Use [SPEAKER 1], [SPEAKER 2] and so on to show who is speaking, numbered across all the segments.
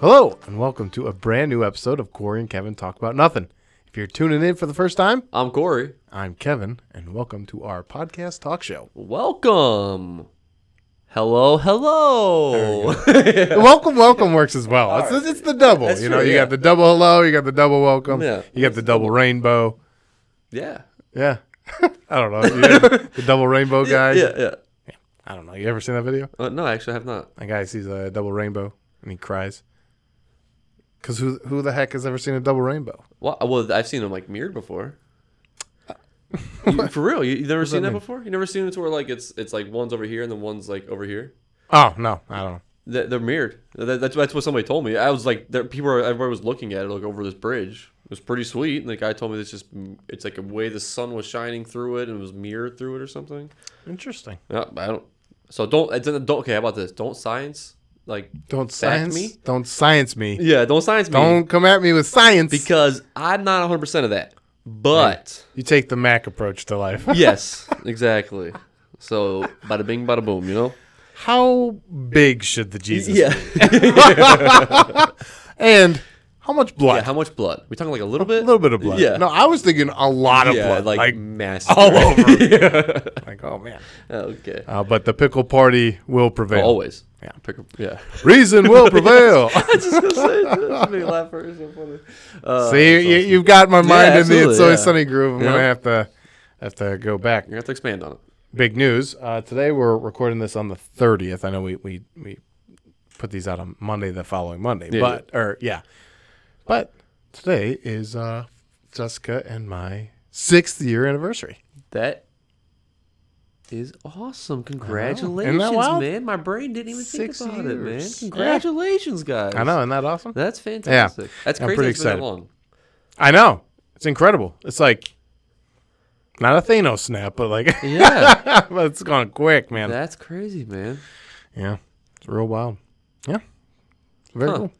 [SPEAKER 1] Hello, and welcome to a brand new episode of Corey and Kevin Talk About Nothing. If you're tuning in for the first time,
[SPEAKER 2] I'm Corey.
[SPEAKER 1] I'm Kevin, and welcome to our podcast talk show.
[SPEAKER 2] Welcome. Hello, hello.
[SPEAKER 1] Welcome, welcome works as well. It's, it's the double.
[SPEAKER 2] That's
[SPEAKER 1] you know,
[SPEAKER 2] true,
[SPEAKER 1] you
[SPEAKER 2] yeah.
[SPEAKER 1] got the double hello, you got the double welcome,
[SPEAKER 2] Yeah.
[SPEAKER 1] you got the double rainbow.
[SPEAKER 2] yeah.
[SPEAKER 1] Yeah. I don't know. You know, the double rainbow guy.
[SPEAKER 2] Yeah, yeah.
[SPEAKER 1] I don't know. You ever seen that video?
[SPEAKER 2] Uh, no, actually, I have not.
[SPEAKER 1] A guy sees a double rainbow and he cries. Because who, who the heck has ever seen a double rainbow?
[SPEAKER 2] Well, well I've seen them like mirrored before. You- for real, you, you never seen
[SPEAKER 1] that
[SPEAKER 2] that,
[SPEAKER 1] mean?
[SPEAKER 2] before? You never seen it to where like it's it's like one's over here and then one's like over here.
[SPEAKER 1] Oh, no. I don't know.
[SPEAKER 2] They, they're mirrored. That, that's that's what somebody told me. I was like, there, people, are, everybody was looking at it like over this bridge. It was pretty sweet. And the guy told me it's just it's like a way the sun was shining through it and it was mirrored through it or something.
[SPEAKER 1] Interesting.
[SPEAKER 2] Yeah, I don't. So don't it doesn't- don't. Okay, how about this? Don't science like.
[SPEAKER 1] Don't science me.
[SPEAKER 2] me?
[SPEAKER 1] Don't science me.
[SPEAKER 2] Yeah, don't science me
[SPEAKER 1] Don't come at me with science.
[SPEAKER 2] because I'm not 100 percent of that. But
[SPEAKER 1] you take the Mac approach to life.
[SPEAKER 2] yes, exactly. So bada bing, bada boom. You know.
[SPEAKER 1] How big should the Jesus?
[SPEAKER 2] Yeah.
[SPEAKER 1] And how much blood?
[SPEAKER 2] yeah. How much blood? We talking like a little bit?
[SPEAKER 1] a little bit of blood.
[SPEAKER 2] Yeah.
[SPEAKER 1] No, I was thinking a lot of
[SPEAKER 2] yeah,
[SPEAKER 1] blood.
[SPEAKER 2] like,
[SPEAKER 1] Like,
[SPEAKER 2] massive.
[SPEAKER 1] all over. like oh man.
[SPEAKER 2] okay.
[SPEAKER 1] Uh, but the pickle party will prevail.
[SPEAKER 2] Always. Uh,
[SPEAKER 1] Yeah.
[SPEAKER 2] Pick a, yeah.
[SPEAKER 1] Reason will prevail.
[SPEAKER 2] I just gonna say, just made me laugh first. So funny. Uh,
[SPEAKER 1] See, you, you- you've got my mind in the "It's
[SPEAKER 2] absolutely,
[SPEAKER 1] Always
[SPEAKER 2] yeah.
[SPEAKER 1] Sunny" groove. I'm gonna
[SPEAKER 2] Yeah.
[SPEAKER 1] have to have to go back.
[SPEAKER 2] You're gonna have to expand on it.
[SPEAKER 1] big news. Uh, today we're recording this on the 30th. I know we we, we put these out on Monday the following Monday,
[SPEAKER 2] Yeah,
[SPEAKER 1] but or yeah, but today is uh, Jessica and my sixth year anniversary.
[SPEAKER 2] That is awesome. Congratulations,
[SPEAKER 1] wild?
[SPEAKER 2] man. My brain didn't even
[SPEAKER 1] Six
[SPEAKER 2] think about it, man.
[SPEAKER 1] years. Yeah.
[SPEAKER 2] Congratulations, guys.
[SPEAKER 1] I know, isn't that awesome?
[SPEAKER 2] That's fantastic. That's
[SPEAKER 1] I'm
[SPEAKER 2] crazy.
[SPEAKER 1] pretty
[SPEAKER 2] it's been that
[SPEAKER 1] excited.
[SPEAKER 2] long.
[SPEAKER 1] I know, it's incredible. It's like not a Thanos snap, but like
[SPEAKER 2] Yeah.
[SPEAKER 1] but it's gone quick, man.
[SPEAKER 2] that's crazy, man.
[SPEAKER 1] yeah, it's real wild. Yeah, very
[SPEAKER 2] Huh.
[SPEAKER 1] cool.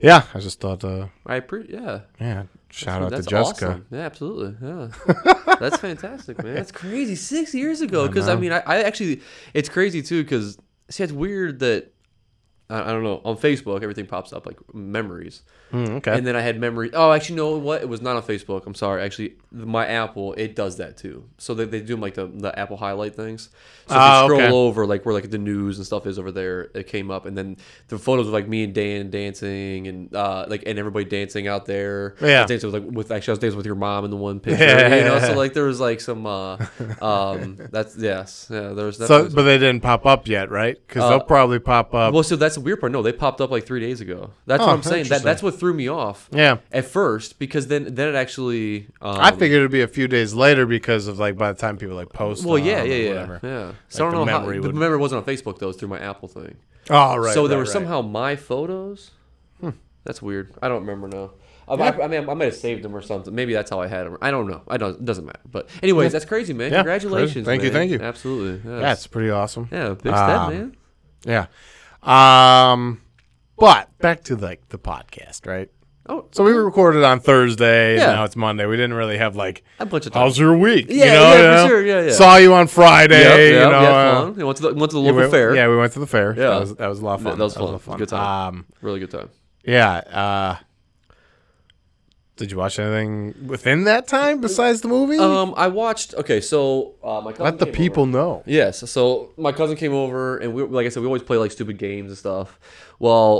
[SPEAKER 1] Yeah, I just thought, uh,
[SPEAKER 2] I appreciate yeah.
[SPEAKER 1] yeah, shout out
[SPEAKER 2] that's
[SPEAKER 1] to Jessica.
[SPEAKER 2] awesome. Yeah, absolutely. Yeah. that's fantastic, man. That's crazy. Six years ago. Because, I,
[SPEAKER 1] know.
[SPEAKER 2] mean, I, I actually, it's crazy, too, because, see, it's weird that, I, I don't know, on Facebook, everything pops up like memories.
[SPEAKER 1] Mm, okay.
[SPEAKER 2] And then I had memory. Oh, actually, no. What? It was not on Facebook. I'm sorry. Actually, th- my Apple it does that too. So they, they do like the, the Apple highlight things. So if
[SPEAKER 1] Ah,
[SPEAKER 2] you scroll
[SPEAKER 1] okay.
[SPEAKER 2] over like where like the news and stuff is over there. It came up, and then the photos of like me and Dan dancing and uh like and everybody dancing out there.
[SPEAKER 1] Yeah.
[SPEAKER 2] I was dancing with like with actually I was dancing with your mom in the one picture. You know,
[SPEAKER 1] Yeah.
[SPEAKER 2] so like there was like some uh um that's yes yeah there was
[SPEAKER 1] So,
[SPEAKER 2] definitely.
[SPEAKER 1] but they didn't pop up yet, right? Because
[SPEAKER 2] Uh,
[SPEAKER 1] they'll probably pop up.
[SPEAKER 2] well, so that's the weird part. No, they popped up like three days ago. That's
[SPEAKER 1] Oh,
[SPEAKER 2] what I'm saying. That,
[SPEAKER 1] interesting.
[SPEAKER 2] that's what threw me off.
[SPEAKER 1] yeah,
[SPEAKER 2] at first because then then it actually um,
[SPEAKER 1] I figured it'd be a few days later because of like by the time people like post.
[SPEAKER 2] well yeah
[SPEAKER 1] on
[SPEAKER 2] yeah
[SPEAKER 1] or
[SPEAKER 2] yeah
[SPEAKER 1] whatever.
[SPEAKER 2] yeah so
[SPEAKER 1] Like,
[SPEAKER 2] I don't
[SPEAKER 1] the
[SPEAKER 2] know how
[SPEAKER 1] memory
[SPEAKER 2] the
[SPEAKER 1] would-
[SPEAKER 2] memory wasn't on Facebook though it was through my Apple thing
[SPEAKER 1] Oh right.
[SPEAKER 2] so there
[SPEAKER 1] right,
[SPEAKER 2] were
[SPEAKER 1] right. Hmm.
[SPEAKER 2] somehow my photos that's weird I don't remember now I, I, I mean I might have saved them or something maybe that's how I had them I don't know I don't it doesn't matter but anyways that's crazy man
[SPEAKER 1] Yeah, crazy.
[SPEAKER 2] congratulations
[SPEAKER 1] Thank you,
[SPEAKER 2] man.
[SPEAKER 1] thank you.
[SPEAKER 2] absolutely yes.
[SPEAKER 1] That's pretty awesome.
[SPEAKER 2] yeah big step
[SPEAKER 1] Um,
[SPEAKER 2] man
[SPEAKER 1] Yeah. Um, but back to like the podcast, right?
[SPEAKER 2] oh
[SPEAKER 1] So we recorded on Thursday.
[SPEAKER 2] Yeah.
[SPEAKER 1] and Now it's Monday. We didn't really have like.
[SPEAKER 2] a bunch of times
[SPEAKER 1] How's your week?
[SPEAKER 2] Yeah, yeah, for
[SPEAKER 1] you
[SPEAKER 2] sure, yeah, yeah.
[SPEAKER 1] Saw you on Friday.
[SPEAKER 2] Yep,
[SPEAKER 1] you
[SPEAKER 2] yep,
[SPEAKER 1] know,
[SPEAKER 2] yeah,
[SPEAKER 1] uh,
[SPEAKER 2] fun. Yeah, went to the, went to the
[SPEAKER 1] yeah,
[SPEAKER 2] local
[SPEAKER 1] we,
[SPEAKER 2] fair
[SPEAKER 1] Yeah, we went to the fair.
[SPEAKER 2] Yeah.
[SPEAKER 1] that was that was a lot of
[SPEAKER 2] That-
[SPEAKER 1] fun.
[SPEAKER 2] that was
[SPEAKER 1] a lot of
[SPEAKER 2] fun. Good time.
[SPEAKER 1] Um,
[SPEAKER 2] really good time
[SPEAKER 1] Yeah. Uh, did you watch anything within that time besides the movie?
[SPEAKER 2] um I watched okay so uh, my cousin
[SPEAKER 1] Let the
[SPEAKER 2] came over.
[SPEAKER 1] people know.
[SPEAKER 2] Yes. So my cousin came over, and we like I said, we always play like stupid games and stuff. Well,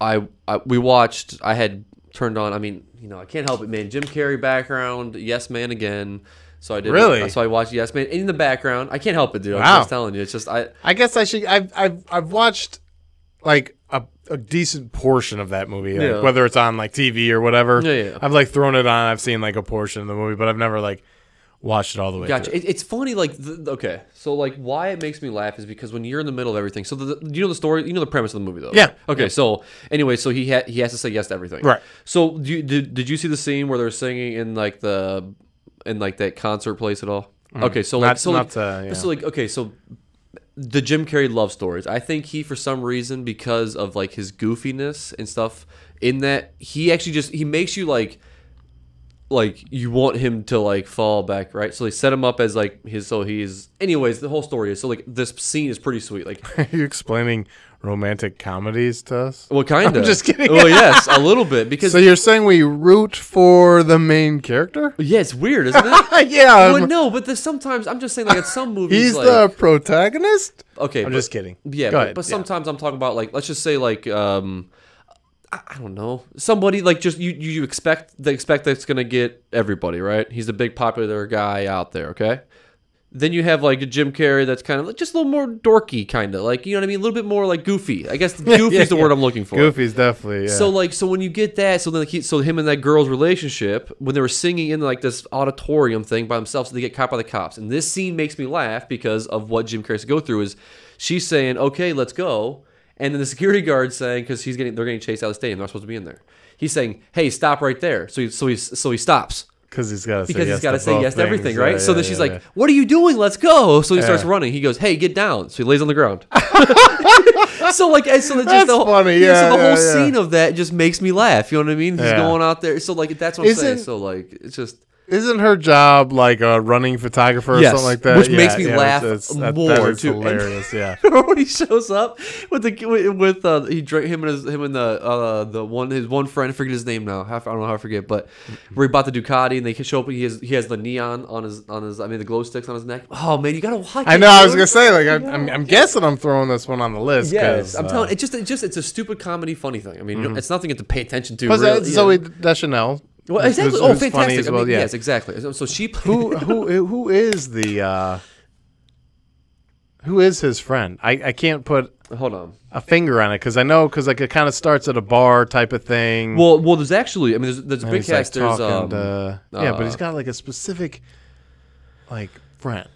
[SPEAKER 2] I, I we watched. I had turned on. I mean, you know, I can't help it, man. Jim Carrey background, Yes Man again. So I did.
[SPEAKER 1] Really?
[SPEAKER 2] So I watched Yes Man in the background. I can't help it, dude. I'm
[SPEAKER 1] Wow.
[SPEAKER 2] just telling you. It's just I.
[SPEAKER 1] I guess I should. I've I've, I've watched like a, a decent portion of that movie, like,
[SPEAKER 2] Yeah.
[SPEAKER 1] whether it's on like TV or whatever.
[SPEAKER 2] Yeah, yeah.
[SPEAKER 1] I've like thrown it on. I've seen like a portion of the movie, but I've never like watched it all the way.
[SPEAKER 2] Gotcha. It, it's funny, like the, okay, so like why it makes me laugh is because when you're in the middle of everything. So the, the- you know the story, you know the premise of the movie, though.
[SPEAKER 1] Yeah.
[SPEAKER 2] Okay. So anyway, so he ha- he has to say yes to everything.
[SPEAKER 1] Right.
[SPEAKER 2] So do you, did did you see the scene where they're singing in like the in like that concert place at all?
[SPEAKER 1] Mm-hmm.
[SPEAKER 2] Okay. So like
[SPEAKER 1] Not-
[SPEAKER 2] so
[SPEAKER 1] not,
[SPEAKER 2] like,
[SPEAKER 1] uh, yeah.
[SPEAKER 2] so like okay so the Jim Carrey love stories. I think he, for some reason, because of like his goofiness and stuff in that, he actually just he makes you like like you want him to like fall back, right? So they set him up as like his so he's anyways, the whole story is so like this scene is pretty sweet. Like
[SPEAKER 1] Are you explaining romantic comedies to us?
[SPEAKER 2] well kinda
[SPEAKER 1] I'm just kidding.
[SPEAKER 2] Well yes, a little bit because
[SPEAKER 1] So you're saying we root for the main character?
[SPEAKER 2] yeah, it's weird, isn't it?
[SPEAKER 1] yeah. I'm-
[SPEAKER 2] well, no, but there's sometimes I'm just saying like at some movies
[SPEAKER 1] Um, he's
[SPEAKER 2] like
[SPEAKER 1] the protagonist?
[SPEAKER 2] okay,
[SPEAKER 1] I'm
[SPEAKER 2] but-
[SPEAKER 1] just kidding.
[SPEAKER 2] Yeah,
[SPEAKER 1] Go
[SPEAKER 2] but,
[SPEAKER 1] ahead.
[SPEAKER 2] but
[SPEAKER 1] Yeah.
[SPEAKER 2] sometimes I'm talking about like let's just say like um I, I don't know somebody like just you you you expect they expect that's gonna get everybody right. He's the big popular guy out there, okay. Then you have like a Jim Carrey that's kind of like just a little more dorky, kind of like you know what I mean, a little bit more like goofy. I guess goofy is the
[SPEAKER 1] yeah.
[SPEAKER 2] word I'm looking for.
[SPEAKER 1] Goofy's definitely yeah.
[SPEAKER 2] So like so when you get that so then like he, so him and that girl's relationship when they were singing in like this auditorium thing by themselves so they get caught by the cops and this scene makes me laugh because of what Jim Carrey has to go through is she's saying okay let's go and then the security guard saying because he's getting they're getting chased out of the stadium they're not supposed to be in there he's saying hey stop right there so he so he so he stops
[SPEAKER 1] because he's got to
[SPEAKER 2] because
[SPEAKER 1] say yes
[SPEAKER 2] he's got to say
[SPEAKER 1] both
[SPEAKER 2] yes to everything
[SPEAKER 1] things.
[SPEAKER 2] right
[SPEAKER 1] Yeah,
[SPEAKER 2] so
[SPEAKER 1] yeah,
[SPEAKER 2] then she's
[SPEAKER 1] yeah,
[SPEAKER 2] like
[SPEAKER 1] yeah.
[SPEAKER 2] what are you doing let's go so he starts
[SPEAKER 1] Yeah.
[SPEAKER 2] running he goes hey get down so he lays on the ground. So like, and so that just
[SPEAKER 1] That's
[SPEAKER 2] the whole,
[SPEAKER 1] funny,
[SPEAKER 2] so
[SPEAKER 1] yeah,
[SPEAKER 2] the
[SPEAKER 1] yeah,
[SPEAKER 2] whole
[SPEAKER 1] yeah.
[SPEAKER 2] scene of that just makes me laugh. You know what I mean? He's
[SPEAKER 1] Yeah.
[SPEAKER 2] going out there. So like, that's what I'm saying.
[SPEAKER 1] Isn't-
[SPEAKER 2] So like, it's just
[SPEAKER 1] Isn't her job like a running photographer or
[SPEAKER 2] Yes,
[SPEAKER 1] something like that?
[SPEAKER 2] which makes me laugh more,
[SPEAKER 1] that is
[SPEAKER 2] too. And-
[SPEAKER 1] hilarious. yeah.
[SPEAKER 2] when he shows up with the with uh, he drank him and his him and the uh the one his one friend I forget his name now. Half I don't know how I forget, but where he bought the Ducati and they show up. He has he has the neon on his on his I mean the glow sticks on his neck. Oh man, you gotta watch.
[SPEAKER 1] I
[SPEAKER 2] it,
[SPEAKER 1] know. I was
[SPEAKER 2] dude.
[SPEAKER 1] gonna say like I, I'm, I'm guessing I'm throwing this one on the list.
[SPEAKER 2] Yes,
[SPEAKER 1] 'cause,
[SPEAKER 2] I'm
[SPEAKER 1] uh,
[SPEAKER 2] telling. It's just, it's just, it's a stupid comedy, funny thing. I mean, you know, it's nothing you have to pay attention to.
[SPEAKER 1] Was
[SPEAKER 2] really,
[SPEAKER 1] that
[SPEAKER 2] yeah.
[SPEAKER 1] Zoe Deschanel?
[SPEAKER 2] Well,
[SPEAKER 1] uh, who's-
[SPEAKER 2] exactly.
[SPEAKER 1] who's-
[SPEAKER 2] oh,
[SPEAKER 1] who's funny
[SPEAKER 2] fantastic.
[SPEAKER 1] as
[SPEAKER 2] I mean,
[SPEAKER 1] well, yeah.
[SPEAKER 2] Yes, exactly. So- So she played.
[SPEAKER 1] who who who is the uh, who is his friend? I, I can't put
[SPEAKER 2] Hold on.
[SPEAKER 1] a finger on it because I know because like it kind of starts at a bar type of thing.
[SPEAKER 2] Well, well, there's actually. I mean, there's, there's a
[SPEAKER 1] and
[SPEAKER 2] big
[SPEAKER 1] he's, like,
[SPEAKER 2] cast. there's um,
[SPEAKER 1] talking to- yeah, but he's
[SPEAKER 2] uh,
[SPEAKER 1] got like a specific like friend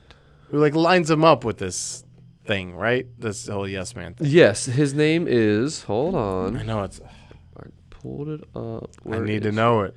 [SPEAKER 1] who like lines him up with this thing, right? This whole yes man thing.
[SPEAKER 2] yes, his name is. Hold on.
[SPEAKER 1] I know it's.
[SPEAKER 2] I pulled it up.
[SPEAKER 1] I
[SPEAKER 2] Where
[SPEAKER 1] need to
[SPEAKER 2] is-
[SPEAKER 1] know it.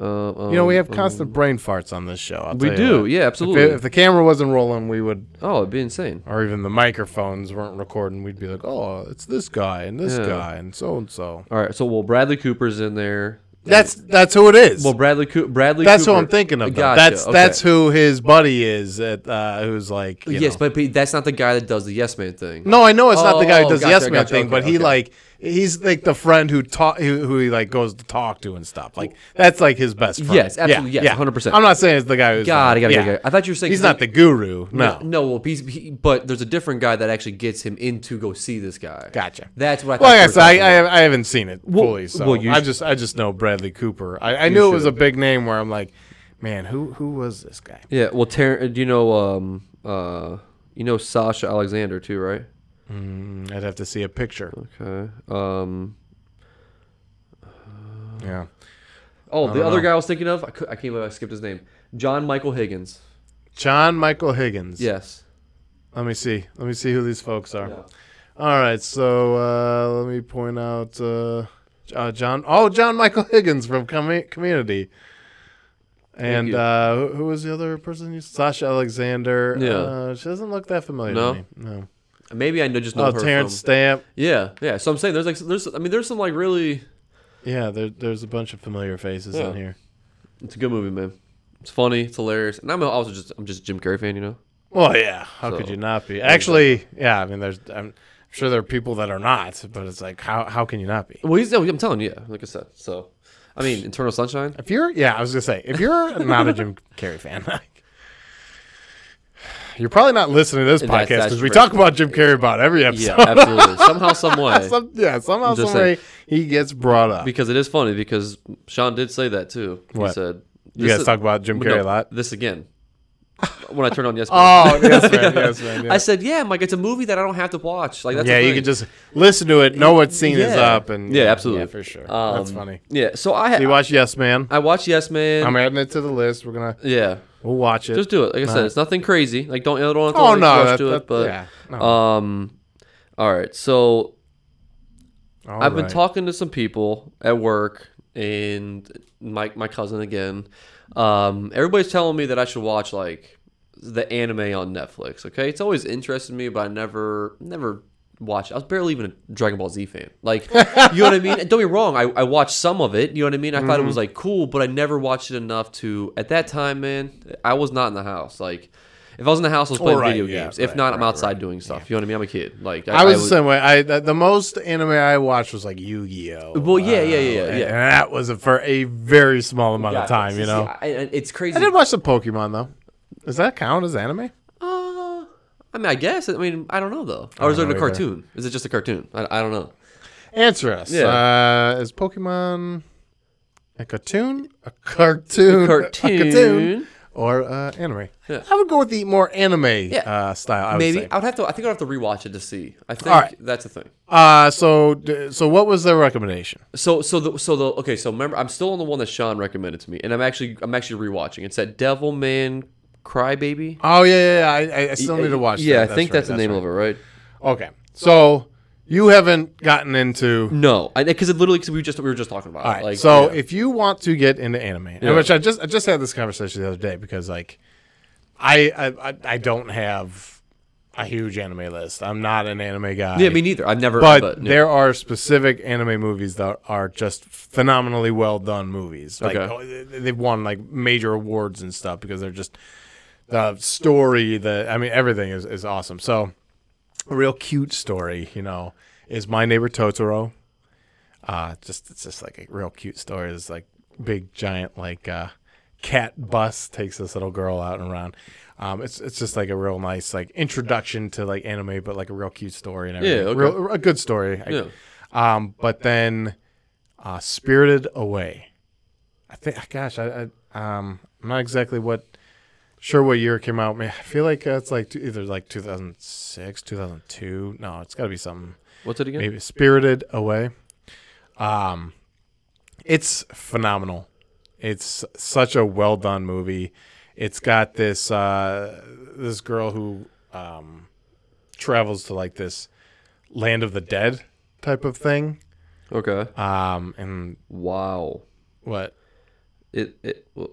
[SPEAKER 2] Uh, um,
[SPEAKER 1] You know, we have constant brain farts on this show. I'll
[SPEAKER 2] We
[SPEAKER 1] tell you
[SPEAKER 2] do.
[SPEAKER 1] that.
[SPEAKER 2] Yeah,
[SPEAKER 1] If,
[SPEAKER 2] absolutely.
[SPEAKER 1] it- if the camera wasn't rolling, we would,
[SPEAKER 2] oh, it'd be insane.
[SPEAKER 1] or even the microphones weren't recording, we'd be like, "Oh, it's this guy and this
[SPEAKER 2] Yeah.
[SPEAKER 1] guy and so and so."
[SPEAKER 2] All right. So well, Bradley Cooper's in there.
[SPEAKER 1] That's that's who it is.
[SPEAKER 2] Well, Bradley Coo- Bradley.
[SPEAKER 1] that's
[SPEAKER 2] Cooper,
[SPEAKER 1] who I'm thinking of. though.
[SPEAKER 2] Gotcha,
[SPEAKER 1] That's
[SPEAKER 2] okay.
[SPEAKER 1] that's who his buddy is. At, uh, who's like, you
[SPEAKER 2] yes,
[SPEAKER 1] know.
[SPEAKER 2] but but that's not the guy that does the Yes Man thing.
[SPEAKER 1] No, I know it's not the guy
[SPEAKER 2] Oh,
[SPEAKER 1] who does
[SPEAKER 2] gotcha,
[SPEAKER 1] the yes man
[SPEAKER 2] gotcha,
[SPEAKER 1] thing,
[SPEAKER 2] okay,
[SPEAKER 1] but he
[SPEAKER 2] okay.
[SPEAKER 1] like he's like the friend who talk who, who he like goes to talk to and stuff. Like that's like his best friend.
[SPEAKER 2] Yes, absolutely, yes, 100%.
[SPEAKER 1] I'm not saying it's the guy who's
[SPEAKER 2] God, I
[SPEAKER 1] like,
[SPEAKER 2] gotta
[SPEAKER 1] yeah.
[SPEAKER 2] get I thought you were saying
[SPEAKER 1] He's not the guru. No.
[SPEAKER 2] No, well, he's, he, but there's a different guy that actually gets him in to go see this guy.
[SPEAKER 1] Gotcha.
[SPEAKER 2] That's what I thought.
[SPEAKER 1] Well,
[SPEAKER 2] you
[SPEAKER 1] like I
[SPEAKER 2] were
[SPEAKER 1] said, I,
[SPEAKER 2] talking about.
[SPEAKER 1] I, I haven't seen it fully, so
[SPEAKER 2] well, you
[SPEAKER 1] I
[SPEAKER 2] should-
[SPEAKER 1] just I just know Bradley Cooper. I, I knew it was a big name. Where I'm like, man, who who was this guy?
[SPEAKER 2] yeah. Well, Tar- do you know um uh you know Sasha Alexander too, right?
[SPEAKER 1] Mm, I'd have to see a picture.
[SPEAKER 2] Okay. Um.
[SPEAKER 1] Yeah,
[SPEAKER 2] Oh, the other
[SPEAKER 1] know.
[SPEAKER 2] guy I was thinking of, I, cou- I can't believe I skipped his name. John Michael Higgins.
[SPEAKER 1] John Michael Higgins.
[SPEAKER 2] Yes.
[SPEAKER 1] Let me see. Let me see who these folks are. All right, so uh, let me point out uh, uh, John. Oh, John Michael Higgins from Com- Community, and
[SPEAKER 2] you.
[SPEAKER 1] uh, who- who was the other person? You Sasha Alexander.
[SPEAKER 2] Yeah.
[SPEAKER 1] uh, she doesn't look that familiar.
[SPEAKER 2] No?
[SPEAKER 1] to me. no.
[SPEAKER 2] Maybe I know just know
[SPEAKER 1] Oh,
[SPEAKER 2] her
[SPEAKER 1] Terrence
[SPEAKER 2] from.
[SPEAKER 1] Stamp.
[SPEAKER 2] Yeah, yeah. So I'm saying there's like there's I mean there's some like really
[SPEAKER 1] Yeah, there, there's a bunch of familiar faces
[SPEAKER 2] Yeah.
[SPEAKER 1] in here.
[SPEAKER 2] it's a good movie, man. It's funny, it's hilarious, and I'm also just I'm just a Jim Carrey fan, you know.
[SPEAKER 1] Well, yeah. How could
[SPEAKER 2] So,
[SPEAKER 1] you not be? Actually, yeah. I mean, there's. I'm sure there are people that are not, but it's like, how how can you not be?
[SPEAKER 2] Well, he's I'm telling you, yeah, like I said. So, I mean, Internal Sunshine.
[SPEAKER 1] If you're, yeah, I was gonna say, if you're not a Jim Carrey fan, like, you're probably not listening to this
[SPEAKER 2] That's-
[SPEAKER 1] podcast
[SPEAKER 2] that's
[SPEAKER 1] because we
[SPEAKER 2] true.
[SPEAKER 1] talk about Jim Carrey about every
[SPEAKER 2] Yeah,
[SPEAKER 1] episode.
[SPEAKER 2] absolutely. Somehow, some way.
[SPEAKER 1] Some- yeah, somehow,
[SPEAKER 2] Just
[SPEAKER 1] some way, he gets brought up.
[SPEAKER 2] Because it is funny because Sean did say that too. He
[SPEAKER 1] What?
[SPEAKER 2] said
[SPEAKER 1] You
[SPEAKER 2] "This
[SPEAKER 1] guys
[SPEAKER 2] is-
[SPEAKER 1] talk about Jim Carrey
[SPEAKER 2] no,
[SPEAKER 1] a lot.
[SPEAKER 2] This again. When I turned on Yes Man.
[SPEAKER 1] Oh, yes, man, yes, man. Yeah,
[SPEAKER 2] I said, "Yeah, Mike, it's a movie that I don't have to watch. Like that's
[SPEAKER 1] yeah
[SPEAKER 2] the
[SPEAKER 1] you
[SPEAKER 2] thing.
[SPEAKER 1] can just listen to it, know what scene is
[SPEAKER 2] Yeah.
[SPEAKER 1] up, and
[SPEAKER 2] Yeah, absolutely.
[SPEAKER 1] for sure.
[SPEAKER 2] Um,
[SPEAKER 1] That's funny.
[SPEAKER 2] Yeah. So I
[SPEAKER 1] You
[SPEAKER 2] ha-
[SPEAKER 1] watch Yes Man.
[SPEAKER 2] I watched Yes Man.
[SPEAKER 1] I'm adding it to the list. We're gonna
[SPEAKER 2] yeah.
[SPEAKER 1] we'll watch it.
[SPEAKER 2] Just do it. Like I said,
[SPEAKER 1] Nah.
[SPEAKER 2] it's nothing crazy. Like don't don't, don't
[SPEAKER 1] Uh-huh. oh
[SPEAKER 2] like,
[SPEAKER 1] no,
[SPEAKER 2] rush
[SPEAKER 1] that,
[SPEAKER 2] to
[SPEAKER 1] that,
[SPEAKER 2] it. But
[SPEAKER 1] yeah. No.
[SPEAKER 2] um, all right. So
[SPEAKER 1] All
[SPEAKER 2] I've been
[SPEAKER 1] right.
[SPEAKER 2] talking to some people at work and my my cousin again. Um, everybody's telling me that I should watch like the anime on Netflix. Okay, it's always interested me, but I never never watch. I was barely even a Dragon Ball Z fan. Like, you know what I mean? Don't be wrong. I, I watched some of it. You know what I mean? I thought it
[SPEAKER 1] Mm-hmm.
[SPEAKER 2] was like cool, but I never watched it enough to. At that time, man, I was not in the house. Like, if I was in the house, I was playing
[SPEAKER 1] Oh, right,
[SPEAKER 2] video
[SPEAKER 1] yeah,
[SPEAKER 2] games. if
[SPEAKER 1] right,
[SPEAKER 2] not, I'm
[SPEAKER 1] right,
[SPEAKER 2] outside
[SPEAKER 1] right.
[SPEAKER 2] doing stuff. You know what I mean? I'm a kid. Like,
[SPEAKER 1] I was the same way. I the, the most anime I watched was like Yu Gi Oh.
[SPEAKER 2] Well, yeah, yeah, yeah, yeah.
[SPEAKER 1] And, and that was a, for a very small amount
[SPEAKER 2] Yeah,
[SPEAKER 1] of time.
[SPEAKER 2] see,
[SPEAKER 1] You
[SPEAKER 2] see,
[SPEAKER 1] know,
[SPEAKER 2] I, I- it's crazy.
[SPEAKER 1] I did watch some Pokemon though. Does that count as anime?
[SPEAKER 2] Uh, I mean, I guess. I mean, I don't know though. Or is it
[SPEAKER 1] don't
[SPEAKER 2] a
[SPEAKER 1] know either.
[SPEAKER 2] cartoon? Is it just a cartoon? I, I don't know.
[SPEAKER 1] Answer us.
[SPEAKER 2] Yeah.
[SPEAKER 1] Uh, is Pokemon a cartoon, a cartoon,
[SPEAKER 2] cartoon.
[SPEAKER 1] or uh, anime?
[SPEAKER 2] Yeah.
[SPEAKER 1] I would go with the more anime
[SPEAKER 2] Yeah.
[SPEAKER 1] uh, style. I would
[SPEAKER 2] Maybe
[SPEAKER 1] say.
[SPEAKER 2] I would have to. I think I'd have to rewatch it to see. I think
[SPEAKER 1] All right.
[SPEAKER 2] that's the thing.
[SPEAKER 1] Uh, so, d- so what was the recommendation?
[SPEAKER 2] So so the so the okay. So remember, I'm still on the one that Sean recommended to me, and I'm actually I'm actually rewatching. It's that Devil Man Crybaby.
[SPEAKER 1] Oh yeah, yeah, yeah. I- I, I still need to watch.
[SPEAKER 2] Yeah,
[SPEAKER 1] that.
[SPEAKER 2] I think that's, the name of it, right?
[SPEAKER 1] of it. Okay, so you haven't gotten into.
[SPEAKER 2] No, because it literally because we just we were just talking about.
[SPEAKER 1] All
[SPEAKER 2] it.
[SPEAKER 1] right,
[SPEAKER 2] Like,
[SPEAKER 1] so
[SPEAKER 2] yeah.
[SPEAKER 1] if you want to get into anime, and which I just I just had this conversation the other day because like, I I I- I don't have a huge anime list. I'm not an anime guy.
[SPEAKER 2] yeah, me neither. I've never.
[SPEAKER 1] but,
[SPEAKER 2] yeah.
[SPEAKER 1] there are specific anime movies that are just phenomenally well done movies. Like
[SPEAKER 2] Okay.
[SPEAKER 1] oh, they- they've won like major awards and stuff because they're just the story. The I mean, everything is is awesome. So a real cute story, you know, is My Neighbor Totoro. Uh, just it's just like a real cute story. This like big giant like uh, cat bus takes this little girl out and around. Um, it's it's just like a real nice like introduction to like anime, but like a real cute story and everything.
[SPEAKER 2] Yeah, okay.
[SPEAKER 1] real, a good story. I-
[SPEAKER 2] Yeah.
[SPEAKER 1] Um, but then, uh, Spirited Away. I think. Gosh, I, I um, I'm not exactly what sure what year it came out. Man, I feel like uh, it's like t- either like 2006, 2002. No, it's got to be something.
[SPEAKER 2] What's it again?
[SPEAKER 1] Maybe Spirited Away. Um, it's phenomenal. It's such a well done movie. It's got this uh, this girl who um, travels to like this land of the dead type of thing.
[SPEAKER 2] Okay.
[SPEAKER 1] Um, and
[SPEAKER 2] Wow.
[SPEAKER 1] what
[SPEAKER 2] It it well,